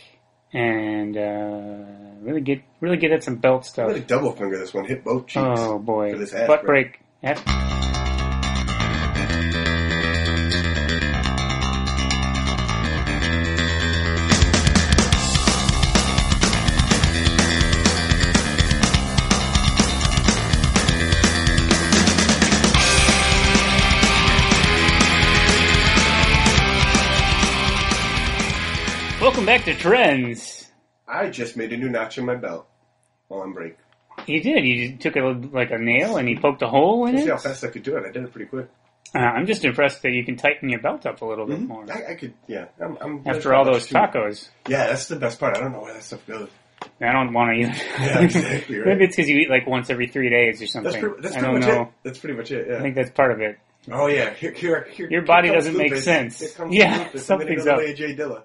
A: and uh, really get really get at some belt
B: I'm
A: stuff.
B: gonna double finger this one. Hit both cheeks.
A: Oh boy,
B: For this ass
A: butt
B: break.
A: break. Ass- Welcome back to Trends.
B: I just made a new notch in my belt while on break.
A: You did. You just took a, like a nail and you poked a hole in
B: See
A: it.
B: how fast I could do it. I did it pretty quick.
A: Uh, I'm just impressed that you can tighten your belt up a little bit more
B: I, I could, yeah. I'm, I'm
A: Mm-hmm. after all those
B: too-
A: tacos.
B: Yeah, that's the best part. I don't know where that stuff goes.
A: I don't want to either.
B: Yeah, exactly right.
A: Maybe it's because you eat like once every three days or something.
B: That's pretty, that's
A: I
B: pretty
A: don't
B: much
A: know.
B: it. That's pretty much it. Yeah.
A: I think that's part of it.
B: oh yeah. Here, here, here,
A: Your body
B: here comes
A: doesn't make
B: lupus.
A: sense.
B: Here comes
A: Yeah,
B: lupus. I'm gonna
A: something's
B: go
A: up.
B: lay Jay Dilla.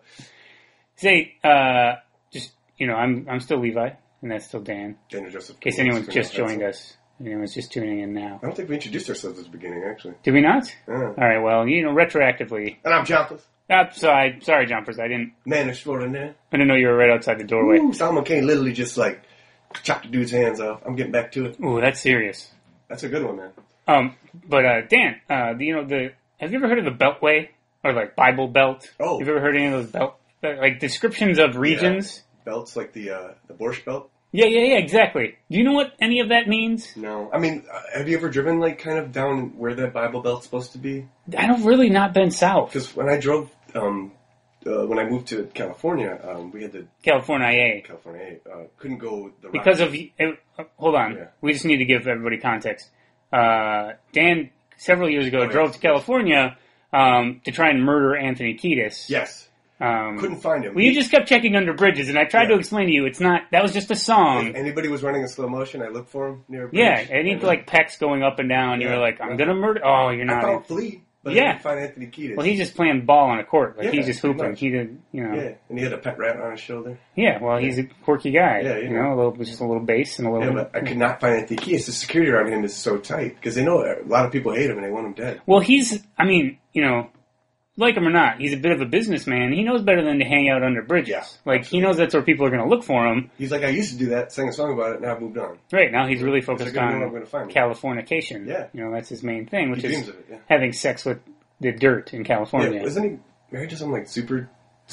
A: Say, uh, just you know, I'm I'm still Levi and that's still Dan. In
B: Daniel Joseph. In
A: case anyone's just joined us, anyone's just tuning in now.
B: I don't think we introduced ourselves at the beginning, actually.
A: Did we not?
B: Yeah.
A: All right. Well, you know, retroactively.
B: And I'm Jonathan,
A: Uh, sorry, sorry, jumpers. I didn't.
B: man extraordinaire.
A: I didn't know you were right outside the doorway.
B: Ooh, Salman Kane literally just like chopped the dude's hands off. I'm getting back to it.
A: Ooh, that's serious.
B: That's a good one, man.
A: Um, but uh, Dan, uh, the- you know the have you ever heard of the Beltway or like Bible Belt?
B: Oh.
A: have you ever heard any of those belt uh, like descriptions of regions?
B: Belts like the uh, the Borscht belt.
A: Yeah. yeah, yeah, exactly. Do you know what any of that means?
B: No, I mean, uh, have you ever driven like kind of down where that Bible belt's supposed to be?
A: I don't really not been south
B: Because when I drove, um, uh, when I moved to California, um, we had the
A: California,
B: California uh, couldn't go the
A: because
B: Rocky-
A: of. It, uh, hold on,
B: Yeah.
A: we just need to give everybody context. Uh, Dan several years ago
B: yeah.
A: drove to California um, to try and murder Anthony Kiedis.
B: yes,
A: Um,
B: couldn't find him.
A: Well, you just kept checking under bridges, and I tried to
B: Yeah.
A: explain to you it's not. That was just a song.
B: If anybody was running in slow motion, I looked for him near. A bridge,
A: yeah, and he
B: and
A: like pecs going up and down. You
B: Yeah.
A: were like, "I'm
B: Yeah.
A: gonna murder." Oh, you're
B: I
A: not.
B: found Flea, but I
A: Yeah.
B: didn't find Anthony Kiedis.
A: well, he's just playing ball on a court. Like
B: Yeah,
A: he's just
B: pretty
A: hooping.
B: much.
A: He did, you know. Yeah.
B: yeah, and he had a pet rat on his shoulder.
A: well, he's a quirky guy.
B: Yeah,
A: you
B: you know.
A: know, a little just a little bass and a
B: Yeah,
A: little.
B: but I could not find Anthony Kiedis. The security around him is so tight because they know a lot of people hate him and they want him dead.
A: well, he's. I mean, you know, like him or not, he's a bit of a businessman. He knows better than to hang out under bridges.
B: Yeah,
A: like he knows that's where people are gonna look for him.
B: He's like, I used to do that, sang a song about it, now I've moved on.
A: Right now, he's really
B: It's like,
A: focused
B: I don't know where I'm
A: on
B: going to find him.
A: Californication.
B: Yeah.
A: you know, that's his main thing, which
B: He
A: is
B: dreams of it. Yeah.
A: having sex with the dirt in
B: Yeah,
A: California.
B: Isn't he married to some like super?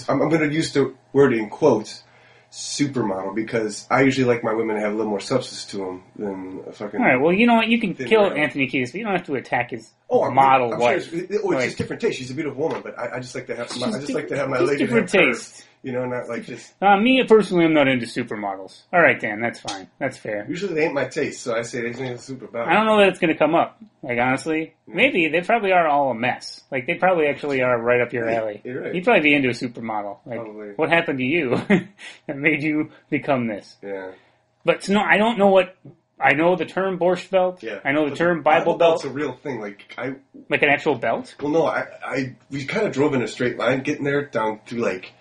B: I'm, I'm going to use the word in quotes, supermodel, because I usually like my women to have a little more substance to them than a fucking.
A: All right. Well, you know what? You can
B: Didn't
A: kill
B: really.
A: Anthony Kiedis, but you don't have to attack his
B: Oh, I'm,
A: model
B: I'm
A: wife.
B: Sure it's, it- oh, it's
A: Like-
B: just different taste. She's a beautiful woman, but I, I just like to have. My, I
A: She's
B: just
A: di-
B: like to have my
A: just
B: lady. to
A: different
B: have her,
A: taste.
B: you know, not like just.
A: Uh, me personally, I'm not into supermodels. All right, Dan. That's fine. That's fair.
B: Usually they ain't my taste, so I say they ain't super
A: I
B: bad.
A: don't know that it's going to come up. Like honestly,
B: Hmm.
A: maybe they probably are all a mess. Like they probably actually are right up your
B: Yeah,
A: alley.
B: you're right.
A: You'd probably be into a supermodel. Like
B: Probably.
A: what happened to you that made you become this?
B: Yeah,
A: But no, I don't know what. I know the term Borscht belt.
B: yeah.
A: I know the
B: But
A: term Bible, belt,
B: Belt's a real thing. Like I,
A: like an actual belt.
B: well, no, I, I, we kind of drove in a straight line getting there down through like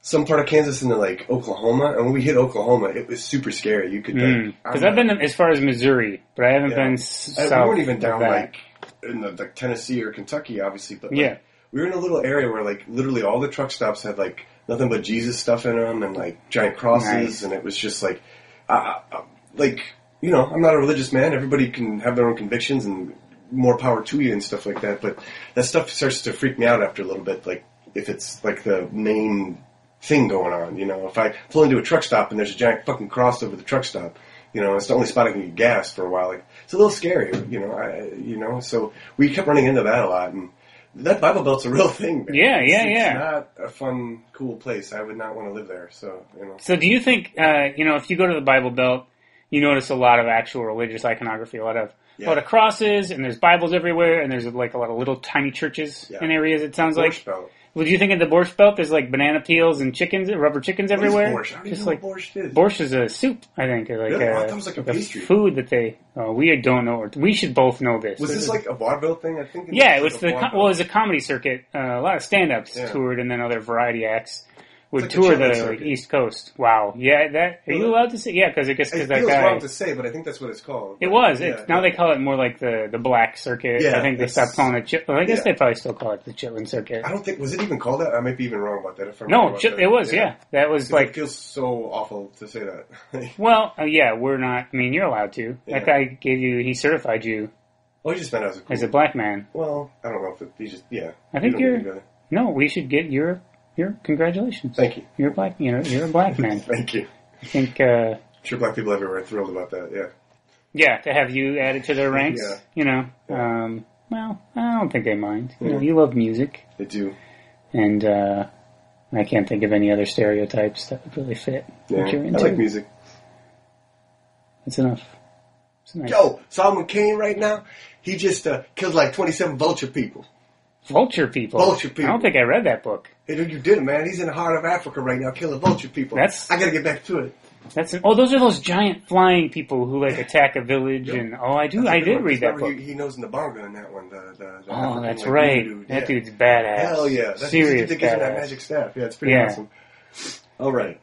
B: some part of Kansas into like Oklahoma, and when we hit Oklahoma, it was super scary. You could like, I'm
A: Because Hmm. I've
B: not-
A: been as far as Missouri, but I haven't
B: Yeah.
A: been.
B: I-
A: South
B: we weren't even
A: of
B: down
A: that.
B: like in the, like Tennessee or Kentucky, obviously, but like,
A: Yeah.
B: we were in a little area where like literally all the truck stops had like nothing but Jesus stuff in them and like giant crosses,
A: Nice.
B: and it was just like, I, I, I- like you know, I'm not a religious man. Everybody can have their own convictions and more power to you and stuff like that. But that stuff starts to freak me out after a little bit. Like if it's like the main thing going on, you know, if I pull into a truck stop and there's a giant fucking cross over the truck stop, you know, it's the only spot I can get gas for a while. Like it's a little scary, you know. I, you know, so we kept running into that a lot, and that Bible Belt's a real thing. man.
A: Yeah, yeah,
B: It's- it's
A: yeah.
B: Not a fun, cool place. I would not want to live there. So you know,
A: So, do you think uh, you know if you go to the Bible Belt, you notice a lot of actual religious iconography, a lot of a
B: Yeah.
A: lot of crosses, and there's Bibles everywhere, and there's like a lot of little tiny churches
B: Yeah.
A: in areas. It sounds
B: Borscht
A: like.
B: Belt.
A: Well, do you think in the Borscht Belt there's like banana peels and chickens, rubber chickens
B: What is
A: everywhere?
B: Borscht? I don't even
A: Just
B: know
A: like
B: what Borscht is.
A: Borscht is a soup, I think. Or like
B: Really? I
A: a,
B: thought it was like a pastry.
A: food that they. Oh, we don't know. Or we should both know this.
B: Was
A: This
B: this
A: is-
B: like a vaudeville thing? I think.
A: Yeah, it
B: like
A: was
B: a
A: the com-
B: vaudeville.
A: well, it was a comedy circuit. Uh, a lot of stand-ups
B: Yeah.
A: toured, and then other variety acts would
B: It's like a
A: tour
B: children's
A: the like,
B: circuit.
A: East Coast. Wow, yeah, that are you
B: Well,
A: allowed to say? Yeah, because I guess
B: It
A: because that
B: feels
A: guy.
B: wrong to say, but I think that's what it's called.
A: It was.
B: Yeah,
A: it's, now they call it more like the the black circuit.
B: Yeah,
A: I think they
B: it's-
A: stopped calling it. Chit- well, I guess they
B: yeah.
A: probably still call it the Chitlin circuit.
B: I don't think was it even called that. I might be even wrong about that. If I'm wrong
A: No,
B: about
A: chit-
B: that.
A: it was. Yeah, that was
B: It
A: like.
B: feels so awful to say that.
A: Well, uh, yeah, we're not. I mean, you're allowed to.
B: Yeah.
A: That guy gave you. He certified you
B: well, he just meant I was a cool.
A: as a black man.
B: well, I don't know if it, he just yeah.
A: I think
B: You don't
A: you're-
B: need to go there.
A: No, we should get your your congratulations.
B: Thank you.
A: You're a black. You know, you're a black man.
B: Thank you.
A: I think. uh
B: I'm sure black people everywhere are thrilled about that. Yeah.
A: Yeah, to have you added to their ranks.
B: Yeah.
A: You know, um, well, I don't think they mind. You know, you love music,
B: They do.
A: and uh, I can't think of any other stereotypes that would really fit
B: Yeah,
A: what you're
B: I
A: into.
B: like music.
A: That's enough. It's nice.
B: Yo, Solomon Kane right now, he just uh, killed like 27 vulture people.
A: Vulture people.
B: Vulture people.
A: I don't think I read that book.
B: Hey, dude, you did it, man. He's in the heart of Africa right now, killing vulture people.
A: That's-
B: I gotta get back to it.
A: That's an, oh, those are those giant flying people who like attack a village and oh, I do,
B: That's a
A: I
B: good
A: did
B: one.
A: read that
B: Remember,
A: book.
B: He, he knows Nabonga in that one. The, the, the
A: Oh,
B: African,
A: that's
B: like,
A: right.
B: voodoo dude.
A: That
B: Yeah.
A: dude's badass.
B: Hell yeah. That's
A: serious
B: the dude that gives you that
A: badass.
B: magic staff. Yeah, it's pretty
A: Yeah.
B: awesome. All right.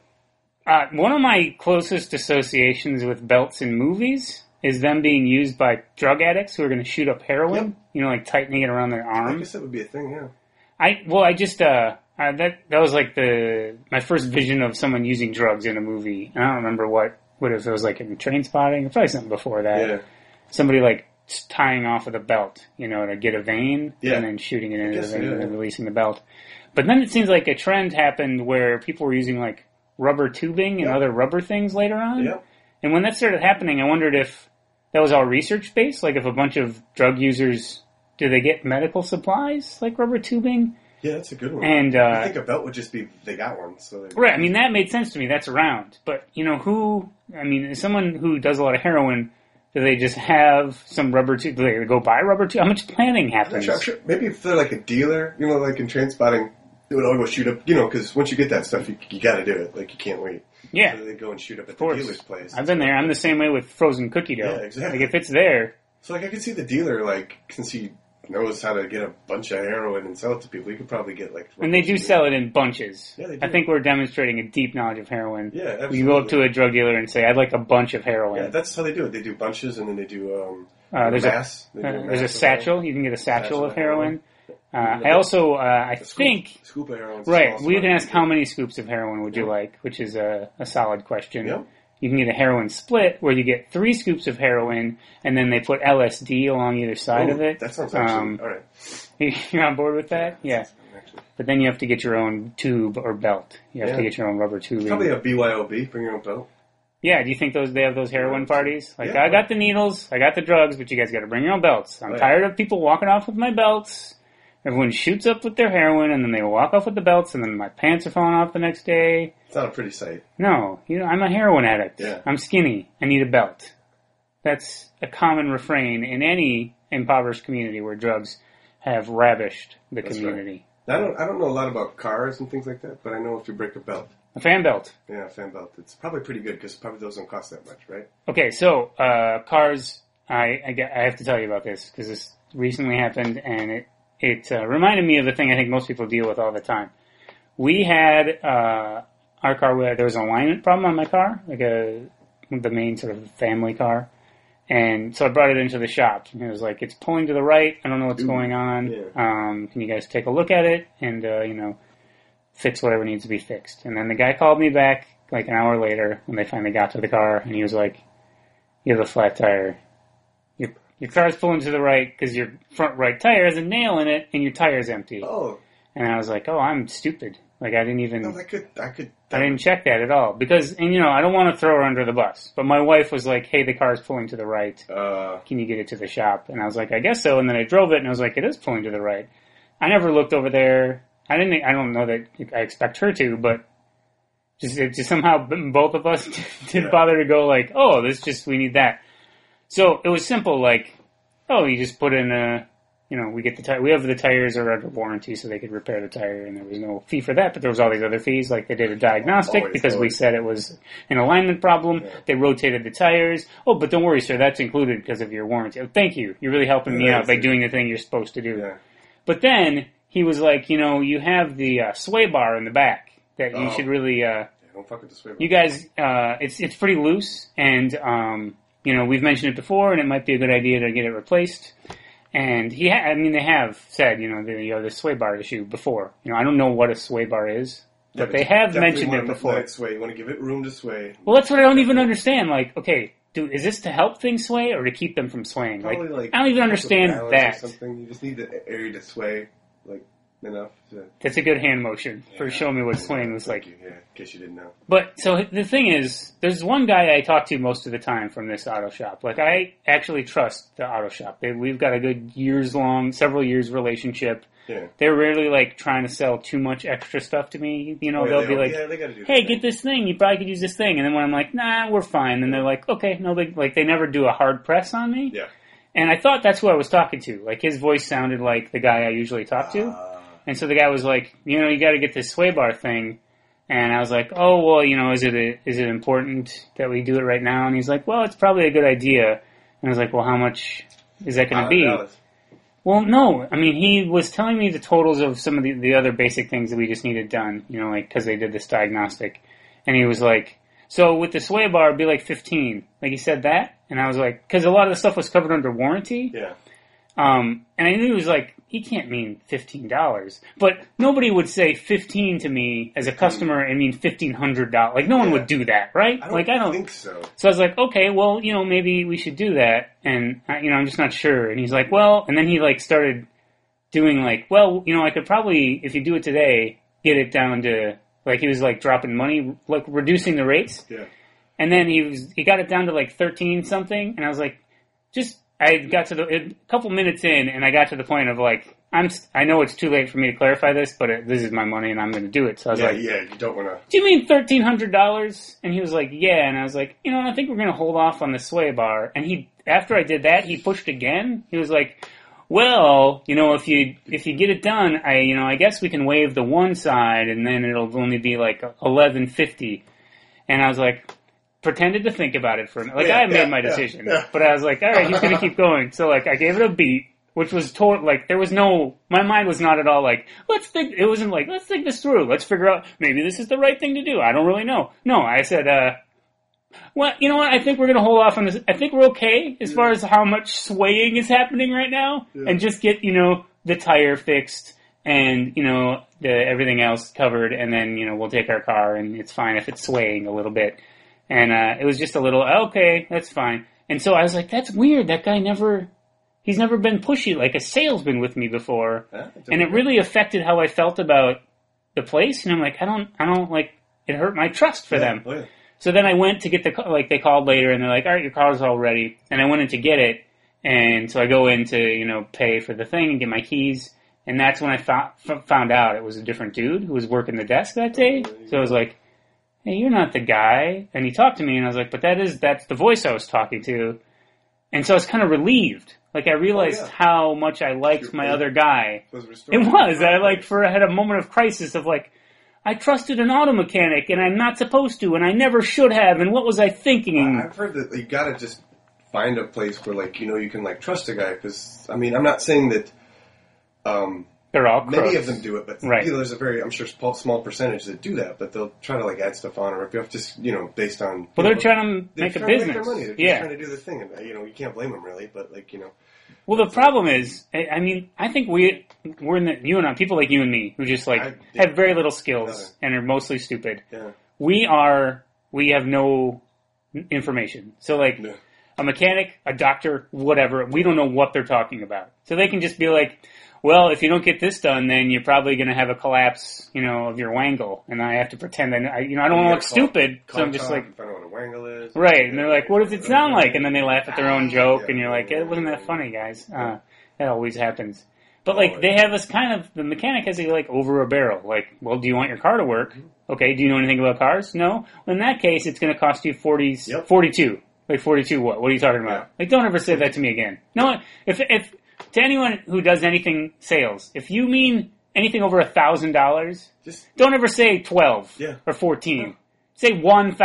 A: Uh, one of my closest associations with belts in movies is them being used by drug addicts who are going to shoot up heroin.
B: Yep.
A: You know, like tightening it around their
B: I
A: arms.
B: guess that would be a thing, yeah.
A: I well, I just uh, uh that that was like the my first vision of someone using drugs in a movie. And I don't remember what what if it was like in Train Spotting or probably something before that.
B: Yeah.
A: Somebody like tying off with a belt, you know, to get a vein
B: Yeah.
A: and then shooting it into the
B: guess so,
A: vein and then
B: yeah.
A: releasing the belt. But then it seems like a trend happened where people were using like rubber tubing and
B: Yeah.
A: other rubber things later on.
B: Yep.
A: And when that started happening, I wondered if that was all research based, like if a bunch of drug users do they get medical supplies like rubber tubing?
B: Yeah, that's a good one.
A: And
B: I
A: uh,
B: think a belt would just be they got one, so they,
A: right, I mean that made sense to me. That's around, but you know who? I mean, is someone who does a lot of heroin, do they just have some rubber tube? Do they go buy rubber tube? How much planning
B: I'm not
A: happens?
B: sure, I'm sure- Maybe if they're like a dealer, you know, like in Transpotting, they would all go shoot up, you know, because once you get that stuff, you, you got to do it. Like you can't wait.
A: Yeah,
B: So
A: of
B: they go and shoot up at the
A: course.
B: dealer's place.
A: I've been there. I'm the same way with frozen cookie dough.
B: Yeah, exactly.
A: Like if it's there,
B: So like I could see the dealer, like since he knows how to get a bunch of heroin and sell it to people, he could probably get like.
A: and they do sell it in bunches.
B: Yeah, they do.
A: I think we're demonstrating a deep knowledge of heroin.
B: Yeah, absolutely.
A: You go up to a drug dealer and say, "I'd like a bunch of
B: Yeah,
A: heroin."
B: that's how they do it. They do bunches and then they do um,
A: uh, there's a
B: mass. They do
A: Uh,
B: mass
A: there's a
B: of
A: satchel. You can get a satchel
B: Satchel
A: of
B: of heroin.
A: heroin. Uh, I
B: Yeah.
A: also, uh, I
B: A scoop,
A: think,
B: scoop of heroin.
A: right,
B: Small
A: we can
B: amount.
A: ask how many scoops of heroin would you like, which is a, a solid question.
B: Yep.
A: You can get a heroin split where you get three scoops of heroin and then they put LSD along either side
B: Ooh,
A: of it.
B: That sounds actually
A: Um,
B: all right.
A: You're on board with that? Yeah.
B: Actually.
A: But then you have to get your own tube or belt. You have to
B: Yeah.
A: get your own rubber tubing.
B: Probably a BYOB, bring your own belt.
A: yeah, do you think those they have those heroin parties? Like,
B: Yeah.
A: I got the needles, I got the drugs, but you guys got to bring your own belts. I'm
B: Oh, yeah.
A: tired of people walking off with my belts. Everyone shoots up with their heroin, and then they walk off with the belts, and then my pants are falling off the next day.
B: It's not a pretty sight.
A: No, you know, I'm a heroin addict.
B: Yeah.
A: I'm skinny. I need a belt. That's a common refrain in any impoverished community where drugs have ravished the
B: That's
A: community.
B: I don't. I don't know a lot about cars and things like that, but I know if you break a belt,
A: A fan belt.
B: yeah, a fan belt, it's probably pretty good because probably those don't cost that much, right?
A: Okay, so uh, cars. I, I get- I have to tell you about this because this recently happened, and it it uh, reminded me of the thing I think most people deal with all the time. We had uh, our car. we had- There was an alignment problem on my car, like a the main sort of family car, and so I brought it into the shop. And it was like it's pulling to the right. I don't know what's
B: Ooh,
A: going on.
B: yeah.
A: Um, can you guys take a look at it and uh, you know fix whatever needs to be fixed? And then the guy called me back like an hour later when they finally got to the car, and he was like. You have a flat tire. Your your car's pulling to the right because your front right tire has a nail in it, and your tire's empty.
B: Oh,
A: And I was like, "Oh, I'm stupid. Like I didn't even
B: no, I could. I could.
A: I didn't check that at all because and you know I don't want to throw her under the bus. But my wife was like, "Hey, the car's pulling to the right.
B: Uh,
A: Can you get it to the shop?" And I was like, "I guess so." And then I drove it, and I was like, "It is pulling to the right." I never looked over there. I didn't. I don't know that I expect her to, but just it just somehow b- both of us didn't
B: Yeah.
A: bother to go like, oh, this just we need that. So it was simple, like, oh, you just put in a, you know, we get the tire, we have the tires are under warranty, so they could repair the tire, and there was no fee for that. But there was all these other fees, like they did a diagnostic
B: Always,
A: because we
B: always.
A: said it was an alignment problem.
B: Yeah.
A: They rotated the tires. Oh, but don't worry, sir, that's included because of your warranty. Oh, thank you, you're really helping me
B: Yeah,
A: out by
B: it's-
A: doing the thing you're supposed to do.
B: yeah.
A: But then he was like, you know, you have the uh, sway bar in the back that you
B: Oh.
A: should really. Uh,
B: yeah don't fuck with this way.
A: you guys, uh, it's it's pretty loose, and um, you know we've mentioned it before, and it might be a good idea to get it replaced. And he, ha- I mean, they have said, you know, the, you know, the sway bar issue before. You know, I don't know what a sway bar is, but they have
B: Definitely
A: mentioned
B: wanna
A: it
B: let
A: before.
B: it sway. You want to give it room to sway.
A: Well, that's what I don't even understand. Like, okay, dude, is this to help things sway or to keep them from swaying? Like,
B: Probably like
A: I don't even
B: with
A: understand
B: balance Or
A: that.
B: something. You just need the area to sway. Like enough to
A: That's a good hand motion for
B: Yeah.
A: showing me what sling was
B: thank
A: like.
B: you. Yeah, in case you didn't know.
A: But so the thing is, there's one guy I talk to most of the time from this auto shop. Like I actually trust the auto shop. They, we've got a good years long, several years relationship.
B: Yeah.
A: They're rarely like trying to sell too much extra stuff to me. You know,
B: Oh, Yeah,
A: Oh, they'll
B: they
A: be
B: all-
A: like,
B: yeah, they gotta do
A: "Hey,
B: that.
A: get this thing. You probably could use this thing." And then when I'm like, "Nah, we're fine," then they're like, "Okay, no big." Like they never do a hard press on me.
B: Yeah.
A: And I thought that's who I was talking to. Like his voice sounded like the guy I usually talk to.
B: Ah,
A: And so the guy was like, you know, you got to get this sway bar thing. And I was like, oh well, you know, is it a, is it important that we do it right now? And he's like, well, it's probably a good idea. And I was like, well, how much is that going to
B: ah,
A: be?
B: Dallas.
A: Well, no, I mean, he was telling me the totals of some of the, the other basic things that we just needed done, you know, like because they did this diagnostic, and he was like, so with the sway bar, it'd be like fifteen. Like he said that, and I was like, because a lot of the stuff was covered under warranty.
B: Yeah.
A: Um, and I knew he was like, he can't mean fifteen dollars, but nobody would say fifteen to me as a customer and mean fifteen hundred dollars. Like no one
B: Yeah.
A: would do that, right?
B: I don't
A: like I don't.
B: think so.
A: so I was like, okay, well, you know, maybe we should do that, and I, you know, I'm just not sure. And he's like, well, and then he like started doing like, well, you know, I could probably if you do it today, get it down to like he was like dropping money, like reducing the rates.
B: Yeah.
A: And then he was he got it down to like thirteen something, and I was like, just I got to the a couple minutes in, and I got to the point of like I'm s- I know it's too late for me to clarify this, but it, this is my money, and I'm going to do it. So I was
B: Yeah,
A: like,
B: yeah, you don't want to.
A: do you mean thirteen hundred dollars? And he was like, yeah. And I was like, you know, I think we're going to hold off on the sway bar. And he after I did that, he pushed again. He was like. Well, you know, if you if you get it done, I you know, I guess we can waive the one side, and then it'll only be like eleven fifty. And I was like, pretended to think about it for a minute. Like,
B: Yeah,
A: I had made
B: yeah,
A: my
B: yeah,
A: decision.
B: yeah.
A: But I was like, all right, he's going to keep going. So, like, I gave it a beat, which was total, like, there was no, my mind was not at all like, let's think, it wasn't like, let's think this through. Let's figure out, maybe this is the right thing to do. I don't really know. No, I said, uh, well, you know what? I think we're going to hold off on this. I think we're okay as far as how much swaying is happening right now,
B: Yeah.
A: and just get you know the tire fixed and you know the everything else covered, and then you know we'll take our car and it's fine if it's swaying a little bit. And uh, it was just a little okay, that's fine. And so I was like, that's weird. That guy never, he's never been pushy like a salesman with me before and it really affected how I felt about the place. And I'm like, I don't, I don't like. It hurt my trust for them.
B: Oh, yeah.
A: So then I went to get the ca- like they called later and they're like, all right, your car's all ready. And I went in to get it, and so I go in to you know pay for the thing and get my keys. And that's when I fo- f- found out it was a different dude who was working the desk that day. So I was like, hey, you're not the guy. And he talked to me, and I was like, but that is that's the voice I was talking to. And so I was kind of relieved. Like I realized
B: Oh, yeah.
A: how much I liked my
B: Yeah.
A: other guy.
B: was restored.
A: It was. I like for had a moment of crisis of like, I trusted an auto mechanic and I'm not supposed to and I never should have and what was I thinking?
B: I've heard that you gotta just find a place where, like, you know, you can like trust a guy. Because I mean, I'm not saying that um,
A: They're all crooks.
B: many of them do it, but
A: Right.
B: you know, there's a very, I'm sure, small, small percentage that do that. But they'll try to like add stuff on, or if you have just, you know, based on. you
A: Well, they're
B: know,
A: trying to
B: they're
A: make a
B: trying to their
A: business.
B: money. They're just
A: yeah.
B: trying to do the thing, and you know, you can't blame them really. But like, you know,
A: Well, the problem is, I I mean, I think we we're in the you and I people like you and me who just like
B: I-
A: have very little skills and are mostly stupid.
B: yeah,
A: We are we have no information. So like
B: no.
A: a mechanic, a doctor, whatever. We don't know what they're talking about. So they can just be like, well, if you don't get this done, then you're probably going to have a collapse, you know, of your wangle. And I have to pretend that, I, you know, I don't want to
B: Yeah,
A: look
B: call-
A: stupid. So I'm
B: Call
A: just
B: Tom,
A: like,
B: find out what a wangle is.
A: right. And they're like, what does it sound like? And then they laugh at their own joke
B: Yeah.
A: and you're like, it wasn't that funny, guys. Uh, that always happens. But like, they have us kind of, the mechanic has you like over a barrel. Like, well, do you want your car to work? Okay. Do you know anything about cars? No. Well, in that case, it's going to cost you 40,
B: Yep.
A: 42. Like 42 what? What are you talking about?
B: Yeah.
A: Like don't ever say that to me again. No, if, if, to anyone who does anything sales, if you mean anything over a thousand dollars,
B: just
A: don't ever say 12
B: Yeah.
A: or 14. Say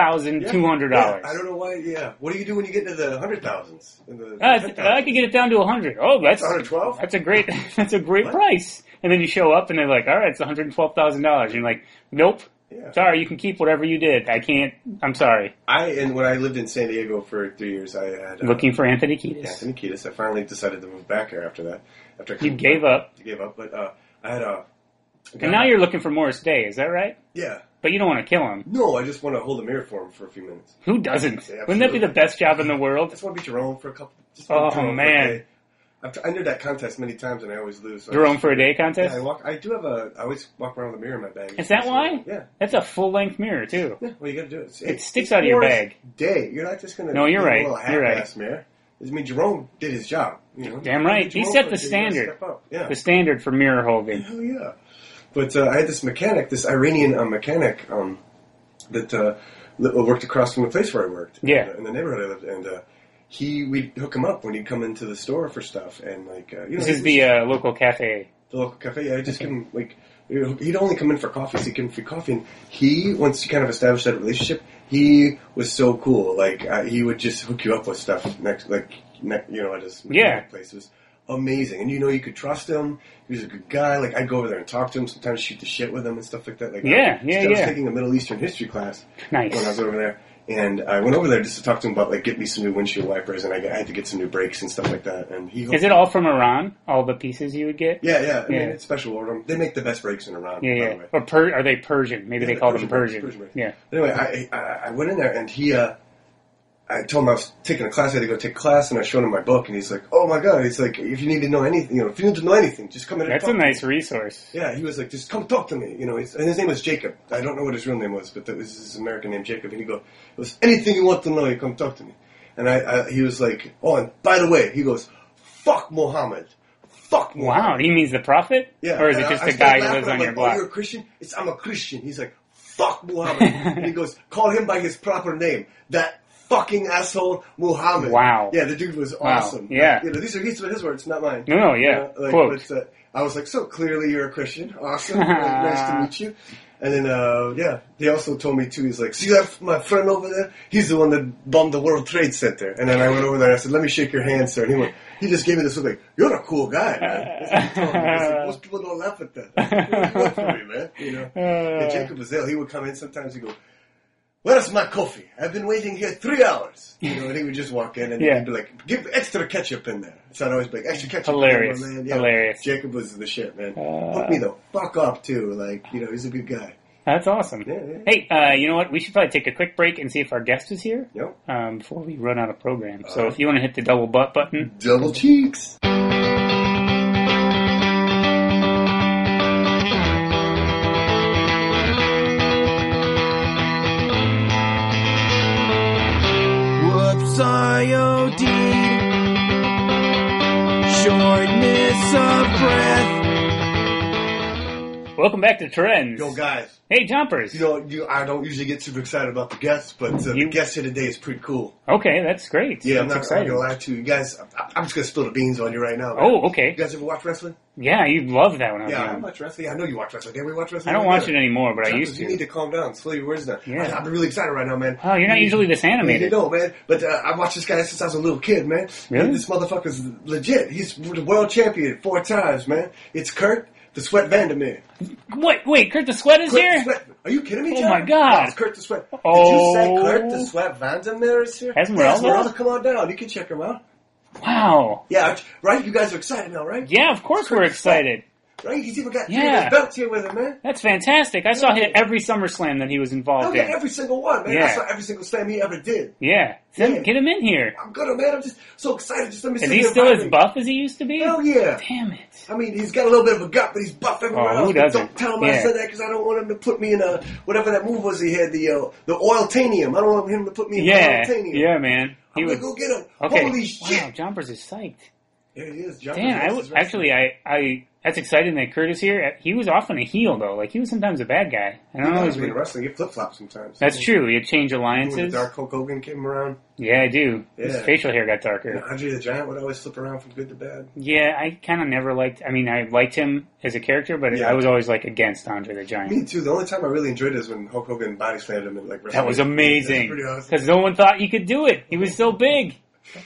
A: $1,200.
B: Yeah, I don't know why. Yeah, what do you do when you get into the hundred thousands? In the,
A: Uh,
B: the
A: if- I could get it down to 100. Oh, that's
B: 112?
A: That's a great that's a great
B: What?
A: price. And then you show up and they're like, "All right, it's $112,000." And you're like, "Nope.
B: Yeah.
A: Sorry, you can keep whatever you did. I can't. I'm sorry."
B: I and when I lived in San Diego for three years, I had uh,
A: Looking for Anthony Kiedis.
B: Anthony Kiedis. I finally decided to move back here after that. After I
A: You gave up.
B: I gave up, but uh, I had a.
A: And now you're looking for Morris Day, is that right?
B: Yeah.
A: But you don't want to kill him.
B: No, I just want to hold a mirror for him for a few minutes.
A: Who doesn't?
B: Yeah,
A: Wouldn't that be
B: absolutely.
A: the best job in the
B: I
A: world?
B: just want to be Jerome for a couple. Just
A: Oh,
B: be Jerome for a
A: man.
B: day. I've t- entered that contest many times and I always lose. So I
A: Your
B: just-
A: own for a day
B: Yeah,
A: contest.
B: I walk. I do have a. I always walk around with a mirror in my bag.
A: Is that why?
B: Yeah.
A: That's a full length mirror too.
B: Yeah. Well, you got to do it. It's,
A: It sticks out of your
B: Forrest
A: bag.
B: Day. You're not just gonna.
A: No, you're
B: do a
A: right.
B: Little
A: You're right.
B: half-ass Mirror. I mean, Jerome did his job. You know.
A: Damn right. He
B: Jerome
A: set
B: put
A: the
B: it together,
A: standard.
B: step up. Yeah.
A: The standard for mirror holding.
B: Hell yeah. But uh, I had this mechanic, this Iranian uh, mechanic um, that uh, li- worked across from the place where I worked.
A: Yeah.
B: In the, in the neighborhood I lived, and uh, he we'd hook him up when he'd come into the store for stuff, and like uh, you know
A: This
B: he
A: is
B: was-
A: the uh, local cafe.
B: the local cafe. I just give him like you know, he'd only come in for coffee, so he'd give him free coffee. And he once you kind of established that relationship, he was so cool. Like uh, he would just hook you up with stuff next, like ne- you know, at his
A: Yeah.
B: place. It was amazing, and you know you could trust him. He was a good guy. Like I'd go over there and talk to him, sometimes shoot the shit with him and stuff like that. Like
A: Yeah,
B: I,
A: yeah,
B: I was
A: yeah.
B: taking a Middle Eastern history class
A: Nice.
B: when I was over there. And I went over there just to talk to him about like get me some new windshield wipers, and I, I had to get some new brakes and stuff like that. And he hooked
A: Is it all from Iran? All the pieces you would get?
B: yeah, yeah. I mean,
A: Yeah.
B: it's special order. They make the best breaks in Iran.
A: yeah.
B: by
A: yeah.
B: The way.
A: Or per- are they Persian? Maybe they
B: the
A: call them
B: breaks,
A: Persian.
B: breaks.
A: Yeah.
B: Anyway, I, I I went in there and he, uh, I told him I was taking a class. I had to go take a class, and I showed him my book, and he's like, "Oh my god!" He's like, "If you need to know anything, you know, if you need to know anything, just come in." and
A: That's
B: talk
A: a
B: to me."
A: nice resource.
B: Yeah, he was like, just come talk to me. You know, his, and his name was Jacob. I don't know what his real name was, but that was his American name, Jacob. And he go, it was anything you want to know, you come talk to me. And I, I he was like, oh, and by the way, he goes, fuck Mohammed, fuck Mohammed.
A: Wow. He means the prophet?
B: Yeah.
A: Or is it
B: and
A: just
B: I- I
A: a
B: started
A: guy who
B: laughing.
A: lives
B: I'm
A: on
B: like,
A: your
B: Oh,
A: block?
B: you're a Christian? It's I'm a Christian. He's like, fuck Muhammad. and he goes, call him by his proper name. That fucking asshole Muhammad.
A: Wow.
B: Yeah, the dude was
A: Wow.
B: awesome.
A: Yeah.
B: You know, these are these are his words, not mine.
A: No, no, yeah.
B: You know, like,
A: Quote.
B: but, uh, I was like, so clearly you're a Christian. Awesome. Like, nice to meet you. And then, uh, yeah, they also told me too. He's like, see that f- my friend over there? He's the one that bombed the World Trade Center. And then I went over there and I said, let me shake your hand, sir. And he went, he just gave me this look like, you're a cool guy, man. That's what he told me. He's like, most people don't laugh at that. What do you want from me, man? You know? Yeah, Jacob was ill. He would come in sometimes. He'd go, Where's my coffee? I've been waiting here three hours. You know, and he would just walk in and
A: Yeah.
B: he'd be like, give extra ketchup in there. So I'd always be like, extra ketchup.
A: Hilarious.
B: in there,
A: Hilarious.
B: Jacob was the shit, man.
A: Uh,
B: Hook me the fuck up, too. Like, you know, he's a good guy.
A: That's awesome.
B: Yeah, yeah.
A: Hey, uh, you know what? We should probably take a quick break and see if our guest is here
B: Yep.
A: um, before we run out of program.
B: Uh-huh.
A: So if you want to hit the double butt button,
B: Double cheeks.
D: Whoops, IOD. Shortness of breath.
A: welcome back to Trends.
B: Yo, guys.
A: Hey, Jumpers.
B: You know, you, I don't usually get super excited about the guests, but uh,
A: You-
B: the guest here today is pretty cool.
A: Okay, that's great.
B: Yeah, I'm
A: that's
B: not,
A: exciting.
B: I'm not gonna lie to you. You guys, I, I'm just gonna spill the beans on you right now. man.
A: Oh,
B: You
A: okay.
B: guys ever watch wrestling?
A: Yeah, you love that one. I was
B: Yeah, I
A: young.
B: watch wrestling. I know you watch wrestling. Did we watch wrestling?
A: I don't
B: together?
A: watch it anymore, but I used
B: You need
A: to.
B: to calm down. Slow your words down.
A: Yeah.
B: I, I'm really excited right now, man.
A: Oh, you're not usually this
B: You
A: animated.
B: know, man. But uh, I've watched this guy since I was a little kid, man.
A: Really?
B: This motherfucker's legit. He's the world champion four times, man. It's Kurt the Sweat Vandermeer.
A: Wait, wait, Kurt the Sweat is
B: Kurt
A: here?
B: the Sweat. Are you kidding me,
A: Oh
B: John?
A: my God.
B: No, it's Kurt the Sweat.
A: Oh.
B: Did you say Kurt the Sweat Vandermeer is here?
A: Esmeralda?
B: Esmeralda, come on down. You can check him out.
A: Wow.
B: Yeah, right? You guys are excited now, right?
A: Yeah, of course we're
B: Kurt the Sweat.
A: excited.
B: Right? He's even got three
A: Yeah.
B: of his belts here with him, man.
A: That's fantastic. I saw him at every SummerSlam that he was
B: I'll
A: involved
B: get
A: in.
B: every single one, man.
A: Oh, Yeah.
B: I saw every single slam he ever did.
A: Yeah. Send-
B: Yeah.
A: Get him in here.
B: I'm gonna, man. I'm just so excited. Just let me
A: Is
B: sit
A: he
B: here
A: still as
B: vibing.
A: buff as he used to be?
B: Hell yeah.
A: Damn it.
B: I mean, he's got a little bit of a gut, but he's buff everywhere
A: Oh, who
B: else. But
A: doesn't?
B: Don't tell him
A: Yeah.
B: I said that because I don't want him to put me in a whatever that move was he had the uh, the oil tanium. I don't want him to put me in
A: Yeah.
B: the oil tanium.
A: Yeah, man.
B: I'm
A: He was.
B: gonna go get him.
A: Okay.
B: Holy
A: Wow,
B: shit!
A: Jumpers is psyched.
B: There he is. John
A: Dan, I w- actually, I, I, that's exciting that Kurt is here. uh, He was often a heel though. Like he was sometimes a bad guy. And I
B: You
A: don't
B: know,
A: always.
B: he's been wrestling. He flip flops sometimes.
A: That's true. He'd change
B: When the
A: alliances.
B: Dark Hulk Hogan came around,
A: Yeah, I do. His
B: Yeah.
A: facial hair got darker.
B: Andre the Giant would always flip around from good to bad.
A: Yeah, I kind of never liked. I mean, I liked him as a character, but
B: Yeah.
A: I was always like against Andre the Giant.
B: Me too. The only time I really enjoyed it is when Hulk Hogan body slammed him and like
A: That was amazing
B: That's pretty awesome.
A: because no one thought he could do it. He was so big,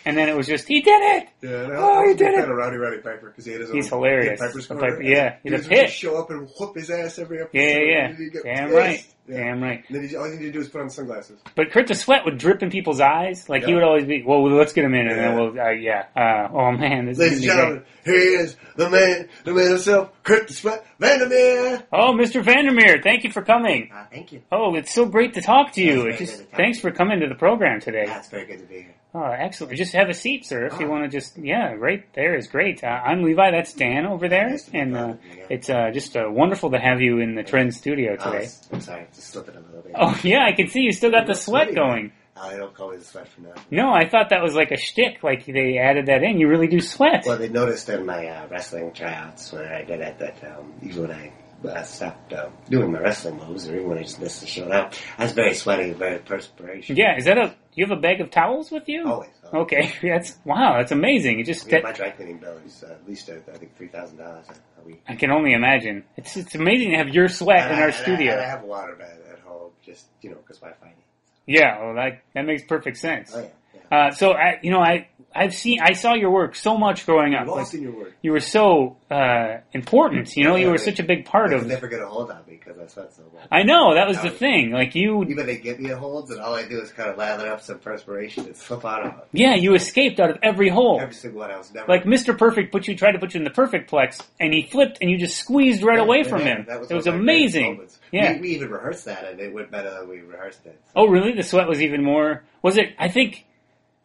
A: and then it was just he did it.
B: Yeah, and I,
A: Oh,
B: I
A: he
B: was a big
A: did it.
B: fan of Rowdy Rowdy Piper because he had his own.
A: He's hilarious.
B: Piper's
A: The
B: Corner.
A: Piper- yeah, he's
B: he
A: a
B: was gonna
A: pit.
B: show up and whoop his ass every episode.
A: Yeah, yeah,
B: and he'd
A: yeah.
B: get
A: Damn
B: pissed.
A: right.
E: Yeah.
A: Damn right.
E: Then you, all you need to do is put on sunglasses.
A: But Kurt the Sweat would drip in people's eyes. Like he
E: Yeah.
A: would always be, well, let's get him in, and
E: Yeah.
A: then we'll, uh, yeah. Uh, oh man, this
E: Ladies
A: is
E: and
A: gonna be great.
E: gentlemen, here he is, the man, the man himself, Kurt the Sweat, Vandermeer.
A: Oh, Mr. Vandermeer, thank you for coming.
B: Uh, thank you.
A: Oh, it's so great to talk to you.
B: very
A: It
B: good
A: just
B: to talk
A: thanks
B: to
A: for coming to the program today.
B: That's very good to be here.
A: Oh, excellent. Just have a seat, sir, if you
B: Oh.
A: want to just, yeah, right there is great. Uh, I'm Levi, that's Dan over there,
B: Nice to meet
A: and
B: you.
A: uh,
B: Yeah.
A: it's uh, just uh, wonderful to have you in the Trend Studio
B: Oh,
A: today.
B: s- I'm sorry, just slip it a little bit.
A: Oh, yeah, I can see you still got the
E: That's
A: sweat
E: sweaty.
A: going.
B: I don't call it a sweat for nothing.
A: No, I thought that was like a shtick, like they added that in. You really do sweat.
B: Well, they noticed in my uh, wrestling tryouts where I did it that um, even when I uh, stopped um, doing my wrestling moves or even when I just missed the show out, I was very sweaty, very perspiration.
A: Yeah, is that a? You have a bag of towels with you?
B: Always. always.
A: Okay, that's wow, that's amazing. It just
B: I mean,
A: that,
B: my dry cleaning bill is uh, at least, uh, I think, $3,000 a- a week.
A: I can only imagine. It's it's amazing to have your sweat in
B: And I-
A: our
B: and I- and I
A: studio.
B: have a water bed at home, just, you know, because my finance.
A: Yeah, well, that that makes perfect sense.
B: Oh, yeah. yeah.
A: Uh, so I, you know, I I've seen I saw your work so much growing up.
E: I've all
A: Like,
E: seen your work.
A: you were so uh, important. You know, you were such a big part
B: They
A: of.
B: could never get a hold on me because I sweat so much.
A: I know that was the thing. Like you,
B: Even they give me a hold, and all I do is kind of lather up some perspiration and slip out of it.
A: yeah, you escaped out of every hole.
B: Every single one I was never.
A: Like Mr. Perfect put you tried to put you in the perfect plex, and he flipped, and you just squeezed right away from
B: Yeah,
A: him.
B: that was
A: it
B: one
A: was
B: of my greatest
A: amazing.
B: moments.
A: Yeah.
B: we, we even rehearsed that, and it went better than we rehearsed it.
A: Oh, really? The sweat was even more. Was it? I think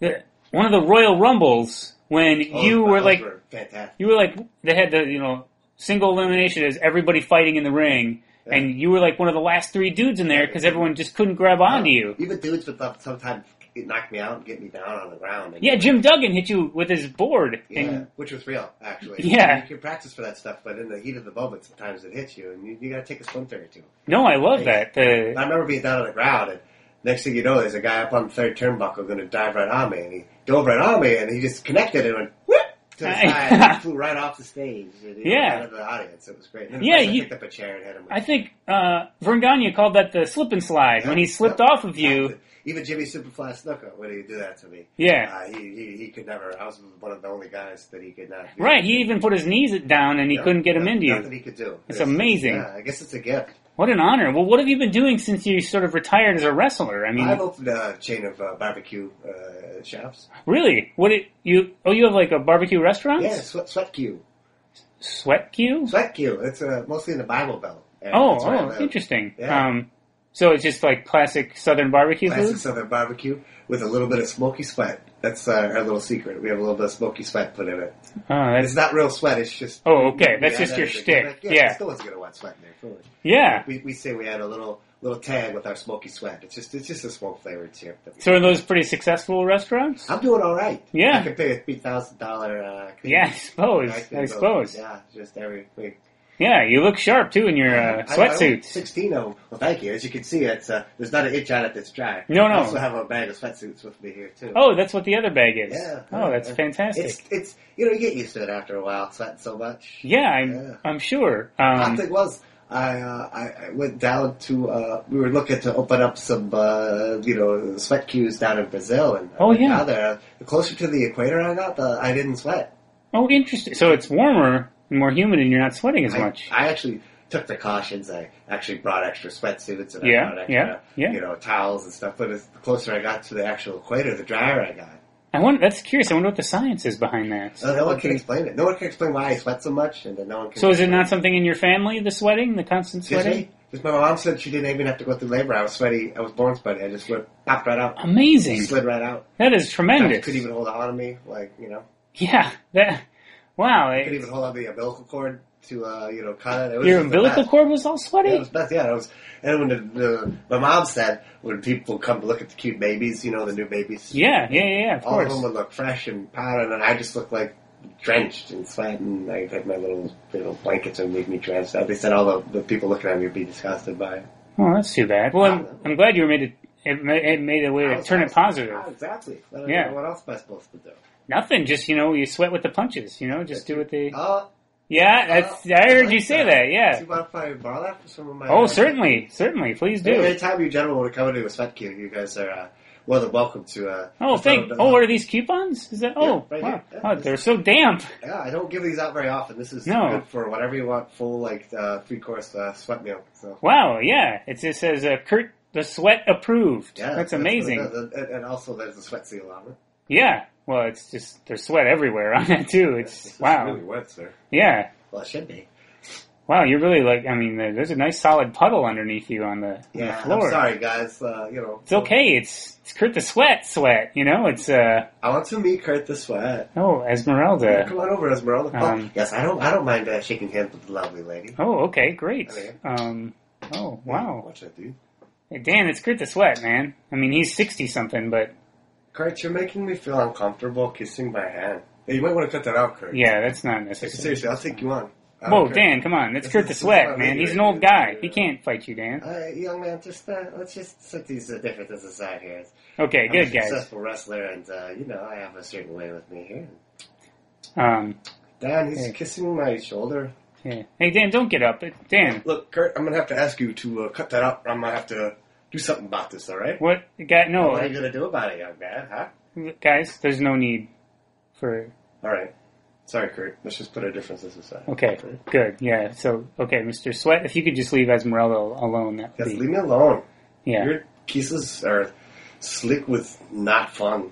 A: the, one of the Royal Rumbles when
B: Oh,
A: you
B: my
A: were
B: eyes
A: like
B: were fantastic.
A: you were like they had the you know single elimination is everybody fighting in the ring,
B: Yeah.
A: and you were like one of the last three dudes in there because everyone just couldn't grab onto you.
B: Um, Even dudes would love- sometimes knock me out and get me down on the ground. And
A: Yeah, Jim Duggan hit you with his board,
B: Yeah,
A: and
B: which was real, actually.
A: Yeah.
B: you can practice for that stuff, but in the heat of the moment, sometimes it hits you, and you, you got to take a splinter or two.
A: no, I love that.
B: And
A: The,
B: I remember being down on the ground, and next thing you know, there's a guy up on the third turnbuckle going to dive right on me, and he dove right on me, and he just connected and went whoop to the side, and he flew right off the stage, and he
A: Yeah.
B: out of the audience. It was great. And then, of
A: Yeah,
B: course, I
A: you-
B: picked up a chair and hit him. With
A: I think uh, Vern Gagne called that the slip and slide when he slipped off of you.
B: Even Jimmy Superfly Snooker, when he did that to me,
A: Yeah.
B: uh, he, he he could never. I was one of the only guys that he could not. do
A: Right,
B: that
A: he
B: to.
A: even put his knees down and he
B: Yeah,
A: couldn't get him
B: nothing-
A: into you.
B: Nothing he could do.
A: It's amazing.
B: yeah, I guess it's a gift.
A: What an honor. Well, what have you been doing since you sort of retired as a wrestler? I mean,
B: I've opened a chain of uh, barbecue uh, shops.
A: really? What it you Oh, you have like a barbecue restaurant?
B: Yeah, sweat, sweat cue.
A: Sweat queue?
B: Sweat cue. It's uh, mostly in the Bible Belt. And
A: oh,
B: that's where I
A: oh,
B: live.
A: interesting.
B: Yeah.
A: Um so it's just like classic southern barbecue
B: Classic
A: food?
B: Southern barbecue with a little bit of smoky sweat. That's uh, our little secret. We have a little bit of smoky sweat put in it.
A: Oh, that's
B: It's not real sweat. It's just.
A: Oh, okay. That's
B: we
A: just
B: add
A: your
B: that in.
A: shtick.
B: Yeah,
A: Yeah.
B: No one's gonna want sweat in their food.
A: Yeah.
B: We, we say we add a little little tag with our smoky sweat. It's just it's just a smoke flavored chip. That we
A: So are those pretty successful restaurants?
B: I'm doing all right.
A: Yeah.
B: I can pay a three thousand dollar. Uh, cleaning.
A: Yeah, I suppose.
B: can
A: I
B: go-
A: suppose.
B: Yeah, just every week.
A: Yeah, you look sharp too in your uh,
B: I- I own
A: sweatsuits.
B: Sixteen of them. Well, thank you. As you can see, it's uh, there's not an inch on it that's dry.
A: No, no.
B: I also have a bag of sweatsuits with me here too.
A: Oh, that's what the other bag is.
B: Yeah.
A: Oh, that's
B: Yeah.
A: fantastic.
B: It's it's you know you get used to it after a while sweating so much.
A: yeah, I'm
B: Yeah.
A: I'm sure.
B: Hot
A: Um,
B: thing was, I, uh, I I went down to uh, we were looking to open up some uh, you know sweat queues down in Brazil and I
A: Oh,
B: went
A: yeah.
B: down there. The closer to the equator I got, the I didn't sweat
A: oh, interesting. So it's warmer and more humid and you're not sweating as
B: I,
A: much.
B: I actually took precautions. I actually brought extra sweatsuits and
A: Yeah,
B: I brought
A: yeah,
B: extra
A: yeah.
B: you know towels and stuff. But as the closer I got to the actual equator, the drier I got.
A: I wonder. That's curious. I wonder what the science is behind that.
B: So no one can explain it. No one can explain why I sweat so much, and then no one can.
A: So is it
B: explain
A: not something in your family? The sweating, the constant
B: Excuse
A: sweating.
B: me? Because my mom said she didn't even have to go through labor. I was sweaty. I was born sweaty. I just went popped right out.
A: Amazing.
B: Slid right out.
A: That is
B: I
A: tremendous.
B: could even hold on to me, like you know,
A: yeah. That. Wow.
B: could
A: It,
B: even hold on to the umbilical cord to uh, you know cut it. it was
A: your
B: just the
A: umbilical
B: best.
A: cord was all sweaty.
B: Yeah, it was best. Yeah, it was. And when the, the, my mom said, when people come to look at the cute babies, you know, the new babies,
A: yeah. Yeah. Yeah. yeah, Of
B: all of them
A: course.
B: would look fresh and powdered, and I just looked like drenched in sweat, and I had my little little blankets and made me drenched. They said all the, the people looking at me would be disgusted by it.
A: Well, that's too bad. Well, I'm, I'm glad you were made it. It ma- it made a way
B: I
A: to
B: was-
A: turn
B: I
A: it
B: was-
A: positive.
B: Ah, exactly. I don't
A: Yeah.
B: know what else am I supposed to do?
A: Nothing. Just you know, you sweat with the punches. You know, just do what they.
B: Uh,
A: Yeah. That's.
B: uh,
A: I heard
B: like
A: you say that.
B: Do
A: Yeah.
B: you mind if I borrow that for some of my?
A: Oh,
B: uh,
A: certainly, certainly. Please do.
B: Anytime you gentlemen want to come into a sweat queue, you guys are uh, Well, then welcome to. Uh,
A: Oh,
B: the Federal
A: thank.
B: Demo-
A: Oh, are these coupons? Is that? Oh,
B: right
A: wow.
B: here. Yeah,
A: Oh,
B: this-
A: they're so damp.
B: Yeah, I don't give these out very often. This is
A: No.
B: good for whatever you want, full like uh, three course uh, sweat meal. So
A: Wow. Yeah. It just says uh, Kurt the Sweat approved.
B: yeah,
A: that's,
B: what it
A: amazing.
B: does. And, and also, there's a sweat seal on it.
A: yeah. Well, it's just there's sweat everywhere on it too. It's wow.
F: Really wet, sir.
A: yeah.
B: Well, it should be.
A: Wow. You're really like. I mean, there- there's a nice solid puddle underneath you on the, on the
B: Yeah,
A: floor.
B: I'm sorry, guys. Uh, you know,
A: It's okay. It's it's Kurt the Sweat sweat. You know. It's uh
B: I want to meet Kurt the sweat.
A: oh Esmeralda.
B: Come on over, Esmeralda. Oh,
A: Um,
B: yes, I don't. I don't mind uh, shaking hands with the lovely lady.
A: Oh, okay, great.
B: Okay.
A: Um. Oh wow,
F: Watch that, dude.
A: Hey, Dan, it's Kurt the Sweat, man. I mean, he's sixty something, but
B: Kurt, you're making me feel uncomfortable kissing my hand.
F: Hey, you might want to cut that out, Kurt.
A: yeah, that's not
F: Like,
A: necessary.
F: seriously, I'll take you on. I don't
B: Uh,
A: Whoa,
F: care.
A: Dan, come on. That's
B: This
A: Kurt
B: is-
A: the
B: this is
A: Sweat,
B: not
A: man. He's an
B: regular.
A: old guy. He
B: Yeah.
A: can't fight you, Dan.
B: Uh, young man, just uh, let's just set these uh, differences aside here.
A: Okay,
B: I'm
A: good
B: a
A: guys.
B: Successful wrestler, and uh, you know I have a certain way with me here.
A: Um,
B: Dan, he's
A: Hey.
B: kissing my shoulder.
A: yeah. Hey, Dan, don't get up. Dan,
F: Look, Kurt, I'm gonna have to ask you to uh, cut that out. I'm gonna have to do something about this. All right?
A: what? Guy,
B: What are
A: no,
B: you gonna do about it, young man? Huh?
A: guys. There's no need for.
F: All right. Sorry, Kurt. Let's just put our differences aside.
A: Okay, good. Yeah. So, okay, Mr. Sweat, if you could just leave Esmeralda alone, that
B: Just
A: would be.
B: leave me alone.
A: Yeah.
B: Your kisses are slick with not fun.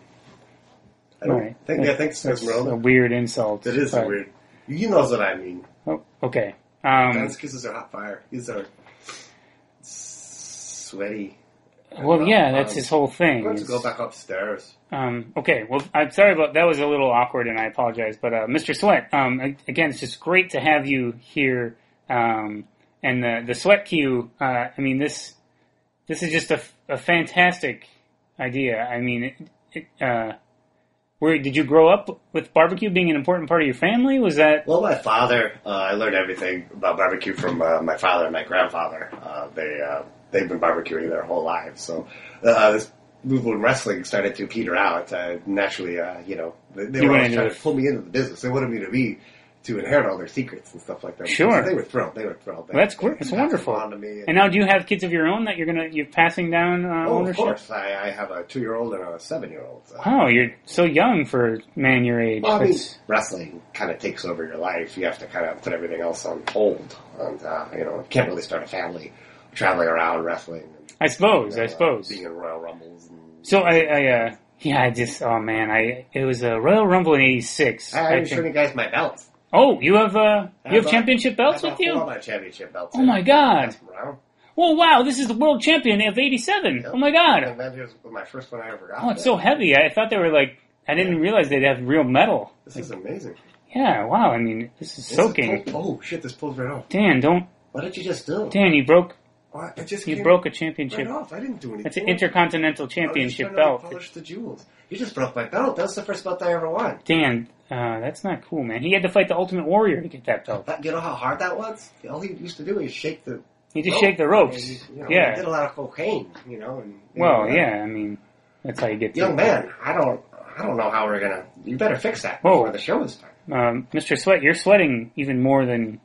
F: I don't
A: Right.
F: think. Yeah, thanks,
A: That's a
F: Esmeralda.
A: weird insult.
B: That is
A: but-
B: weird. You knows what I mean.
A: Oh, okay. Um,
F: Dan's kisses are hot fire.
B: These are sweaty.
A: well, yeah, that's
B: Um,
A: his whole thing.
B: I'm going to
A: is-
B: go back upstairs.
A: Um, okay, well, I'm sorry about that. Was a little awkward, and I apologize. But uh, Mr. Sweat, um, a- again, it's just great to have you here. Um, and the the sweat cue. Uh, I mean this this is just a, f- a fantastic idea. I mean, it, it, uh, where did you grow up with barbecue being an important part of your family? Was that
B: Well, my father, uh, I learned everything about barbecue from uh, my father and my grandfather. Uh, they uh, they've been barbecuing their whole lives. So uh, this movement in wrestling started to peter out. Uh, naturally, uh, you know, they, they
A: You
B: were
A: went
B: always
A: into
B: trying
A: it.
B: to pull me into the business. They wanted me to be to inherit all their secrets and stuff like that.
A: Sure.
B: So they were thrilled. They were thrilled. They,
A: Well, that's great. That's
B: they passed
A: wonderful.
B: them on to me.
A: and now do you have kids of your own that you're gonna you're passing down uh,
B: oh, of
A: ownership?
B: course, I, I have a two-year-old and a seven-year-old. Uh,
A: Wow, you're so young for a man your age.
B: Well, I mean,
A: That's-
B: wrestling kind of takes over your life. You have to kind of put everything else on hold, and uh, you know, you can't really start a family traveling around wrestling. And,
A: Oh, I suppose.
B: uh,
A: I suppose.
B: being in Royal Rumbles. And,
A: So I, I uh, yeah, I just, oh man, I it was a Royal Rumble in '86.
B: I, am showing you guys my belts.
A: Oh, you have uh,
B: I
A: you have
B: a-
A: championship belts
B: I
A: with
B: have
A: you?
B: All my championship belts.
A: Oh my God.
B: Wow.
A: Oh wow, this is the world champion of '87. Oh my god!
B: And then here's my first one I ever got.
A: Oh, it's so heavy. I thought they were like, I didn't realize they'd have real metal.
B: This is amazing.
A: Yeah, wow. I mean, this is
B: This is
A: soaking.
B: pulled- oh shit! This pulls right off.
A: Dan, don't,
B: What did you just do?
A: Dan, you broke,
B: Oh, I just
A: you
B: came
A: broke a
B: right
A: championship.
B: off. I didn't do anything.
A: That's an intercontinental championship
B: I was just trying to
A: belt.
B: Polish the jewels. You just broke my belt. That was the first belt I ever won.
A: Dan, uh, that's not cool, man. He had to fight the Ultimate Warrior to get that belt.
B: That, you know how hard that was? All he used to do is shake the.
A: He just
B: rope.
A: shake the ropes.
B: And, you know, He
A: yeah.
B: did a lot of cocaine, you know. And, and
A: Well,
B: uh,
A: yeah, I mean, that's how you get to
B: Young man, I don't, I don't know how we're gonna. You better fix that
A: Whoa.
B: before the show is done.
A: Um, Mr. Sweat, you're sweating even more than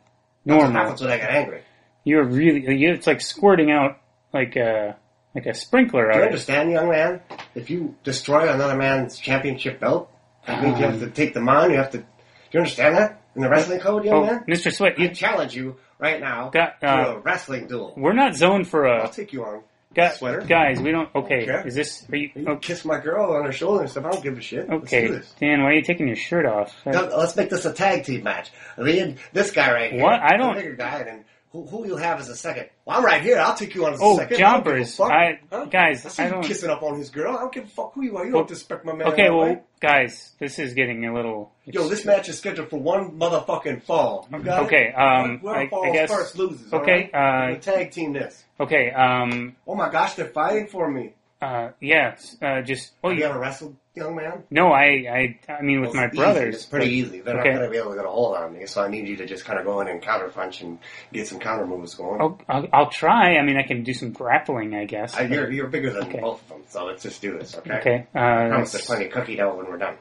B: That's what
A: normal.
B: happens when I get angry.
A: You're really, you, it's like squirting out like a, like a sprinkler
B: Do you
A: out. of-
B: understand, young man? If you destroy another man's championship belt, I think you have to take them on. You have to. Do you understand that in the wrestling code, young
A: Oh,
B: man?
A: Mr. Sweat,
B: I
A: you
B: challenge you right now
A: Got,
B: to
A: uh,
B: a wrestling duel.
A: we're not zoned for
B: I'll
A: a,
B: take you on.
A: guys,
F: sweater?
A: guys, we don't, okay,
F: Okay.
A: is this, are you,
F: You can
A: okay,
F: kiss my girl on her shoulder and stuff. I don't give a shit. Let's do
A: okay,
F: this.
A: Dan, why are you taking your shirt off? That-
B: Now, let's make this a tag team match. Me and this guy right here.
A: What? I don't-
B: The bigger guy, and then who, who you have as a second? Well, I'm right here. I'll take you on as a
A: Oh,
B: second.
A: jumpers.
B: I, don't give a
A: I,
B: fuck. Huh? I
A: guys,
B: see
A: I
B: you
A: don't, Oh,
B: kissing up on his girl. I don't give a fuck who you are. You don't disrespect my man.
A: okay,
B: that
A: well,
B: way.
A: guys, this is getting a little,
B: Yo, this match is scheduled for one motherfucking fall. You got
A: Okay,
B: it?
A: um,
B: Whoever
A: I- I
B: falls
A: guess-
B: first loses.
A: okay,
B: all right?
A: uh,
B: We'll tag team this.
A: okay, um,
B: Oh my gosh, they're fighting for me.
A: uh, yeah, uh, just, oh,
B: Have you
A: yeah.
B: ever wrestled, young man?
A: No, I, I, I mean, with
B: Well,
A: my
B: it's
A: brothers.
B: Easy. It's pretty
A: but-
B: easy. They're
A: okay.
B: not going to be able to get a hold on me, so I need you to just kind of go in and counter punch and get some counter moves going.
A: I'll, I'll, I'll try. I mean, I can do some grappling, I guess.
B: I, Uh, you're, you're bigger than
A: Okay.
B: both of them, so let's just do this, okay?
A: okay.
B: I
A: Uh,
B: promise there's
A: that's,
B: plenty of cookie dough when we're done.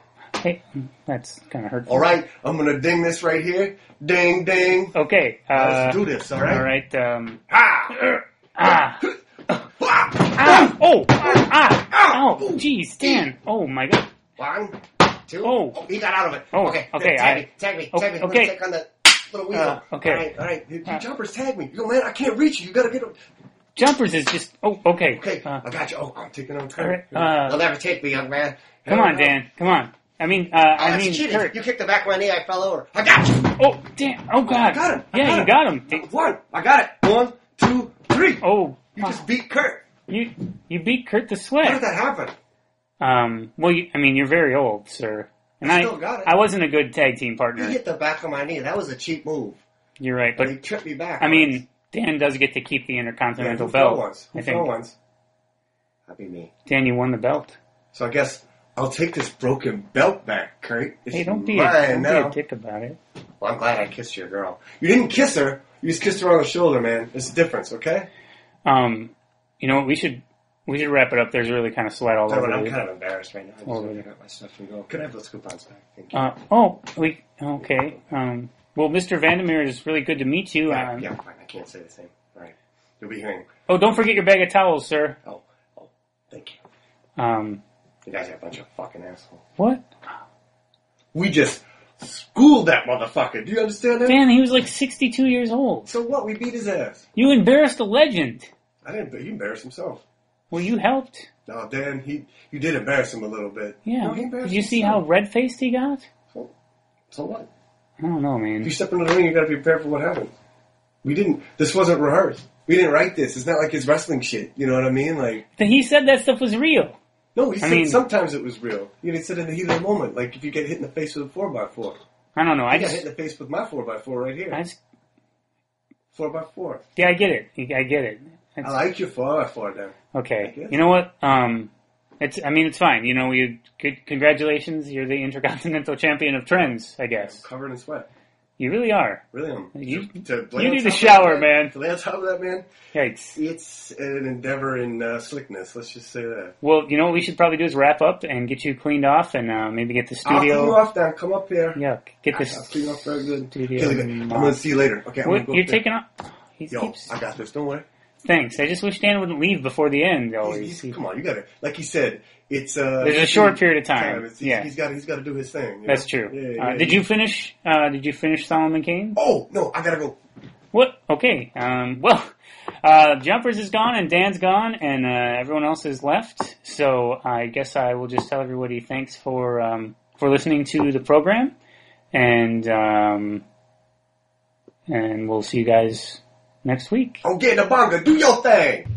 A: hey, that's kind of hurtful.
B: All right, I'm gonna ding this right here. Ding, ding.
A: Okay. Uh,
B: Let's do this, all right?
A: All right. Um,
B: Ha!
A: ah.
B: Ha!
A: Ah! Oh! Ah! Ah! Oh! Jeez, Dan! Oh my God!
B: One, two.
A: Oh.
B: he got out of it.
A: Oh,
B: okay.
A: okay,
B: Tag
A: I-
B: me. Tag me.
A: o-
B: Tag me. I'm
A: okay.
B: gonna click on the little wheel.
A: Uh, okay.
B: All right. All right. You, you
A: Uh.
B: jumpers, tag me. You go, man. I can't reach you. You gotta get. A...
A: Jumpers is just. Oh, okay.
B: Okay.
A: Uh,
B: I got you. Oh, I'm taking on
A: all
B: Kurt.
A: right, uh,
B: They'll never take me, young man.
A: come
B: Never
A: on,
B: will.
A: Dan. Come on. I mean, uh,
B: Oh,
A: I
B: that's
A: mean,
B: cheating.
A: Kurt.
B: You kicked the back of my knee. I fell over. I got you.
A: Oh, Dan! Oh God!
B: I got him. I
A: Yeah,
B: got
A: you
B: him.
A: got him. Dan-
B: One. I got it. One, two, three.
A: Oh,
B: you
A: wow.
B: just beat Kurt.
A: you you beat Kurt the
B: How did
A: Sweat.
B: that happen?
A: Um, well, you, I mean, you're very old, sir, and I
B: Still got it.
A: I wasn't a good tag team
B: You
A: partner.
B: hit the back of my knee. That was a cheap move.
A: You're right,
B: But he
A: but
B: tripped me back.
A: I mean, Dan does get to keep the
B: Yeah,
A: Intercontinental
B: who fell
A: belt.
B: Once? Who
A: I think
B: fell once? That'd be me.
A: Dan, you won the belt.
B: So I guess I'll take this broken belt back, Kurt. It's
A: Hey, don't be a,
B: mine
A: don't be
B: now.
A: a dick about it.
B: Well, I'm glad I kissed your girl.
G: You didn't kiss her. You just kissed her on the shoulder, man. It's a difference, okay?
A: Um, you know what? We should we should wrap it up. There's really kind of sweat all
B: Darwin,
A: over
B: I'm
A: you.
B: kind of embarrassed right now. I just
A: Oh,
B: oh,
A: really?
B: got my stuff and go. Can I have those coupons back? Thank you.
A: Uh, oh, we okay. Um, well, Mr. Vandermeer, it's really good to meet you.
B: yeah,
A: Uh,
B: yeah, fine. I can't say the same. All right. You'll be hearing.
A: Oh, don't forget your bag of towels, sir.
B: Oh, oh, thank you.
A: Um,
B: You guys are a bunch of fucking assholes.
A: what?
B: We just schooled that motherfucker. Do you understand that?
A: Dan, he was like 62 years old.
B: So what? We beat his ass.
A: You embarrassed a legend.
B: I didn't. He embarrassed himself.
A: Well, you helped.
B: No, Dan. He you did embarrass him a little bit.
A: Yeah.
B: No, he embarrassed
A: Did you see how
B: himself.
A: red faced he got?
B: So what?
A: I don't know, man.
B: If you step into the ring, you got to be prepared for what happens. We didn't. This wasn't rehearsed. We didn't write this. It's not like it's wrestling shit. You know what I mean? Like,
A: Then He said that stuff was real.
B: no. He said
A: mean-
B: sometimes it was real. You know, he said in the heat of the moment, like if you get hit in the face with a four by four.
A: I don't know. I
B: I got hit
A: just,
B: in the face with my four by four right
A: I
B: here.
A: just,
B: Four by four.
A: yeah, I get it. I get it.
B: I
A: It's-
B: like your four by four, Dan.
A: okay.
B: I guess.
A: You know what? Um, it's. I mean, it's fine. You know, you. Good, congratulations. You're the intercontinental champion of trends. I guess
B: Covered in sweat.
A: you really are.
B: Really am.
A: You-
B: to
A: you
B: on
A: need to
B: top of
A: shower,
B: that,
A: man.
B: To lay on top of that, man,
A: Yikes.
B: it's an endeavor in uh, slickness. Let's just say that.
A: Well, you know what we should probably do is wrap up and get you cleaned off and uh, maybe get the
B: I'll clean you
A: studio.
B: off, Dan. Come up here.
A: Yeah, get this.
B: I'll clean you off very good.
A: Studio
B: Okay, look, I'm gonna see you later. Okay, I'm
A: What,
B: gonna go
A: you're
B: up there.
A: taking off. He
B: Yo,
A: keeps.
B: I got this. Don't worry.
A: Thanks. I just wish Dan wouldn't leave before the end.
B: He's-
A: Always.
B: he's-
A: He-
B: come on, you got to. Like he said, it's uh,
A: Oh, There's a short period of time,
B: It's-
A: yeah.
B: he's got. He's got to do his thing. you
A: That's
B: know?
A: true.
B: Yeah,
A: uh,
B: yeah,
A: did
B: yeah.
A: you finish? Uh, did you finish Solomon Kane?
B: Oh no, I gotta go.
A: What? Okay. Um, well, uh, Jumpers is gone and Dan's gone and uh, everyone else is left. So I guess I will just tell everybody thanks for um, for listening to the program, and um, and we'll see you guys next week.
B: I'm getting a bunga. Do your thing.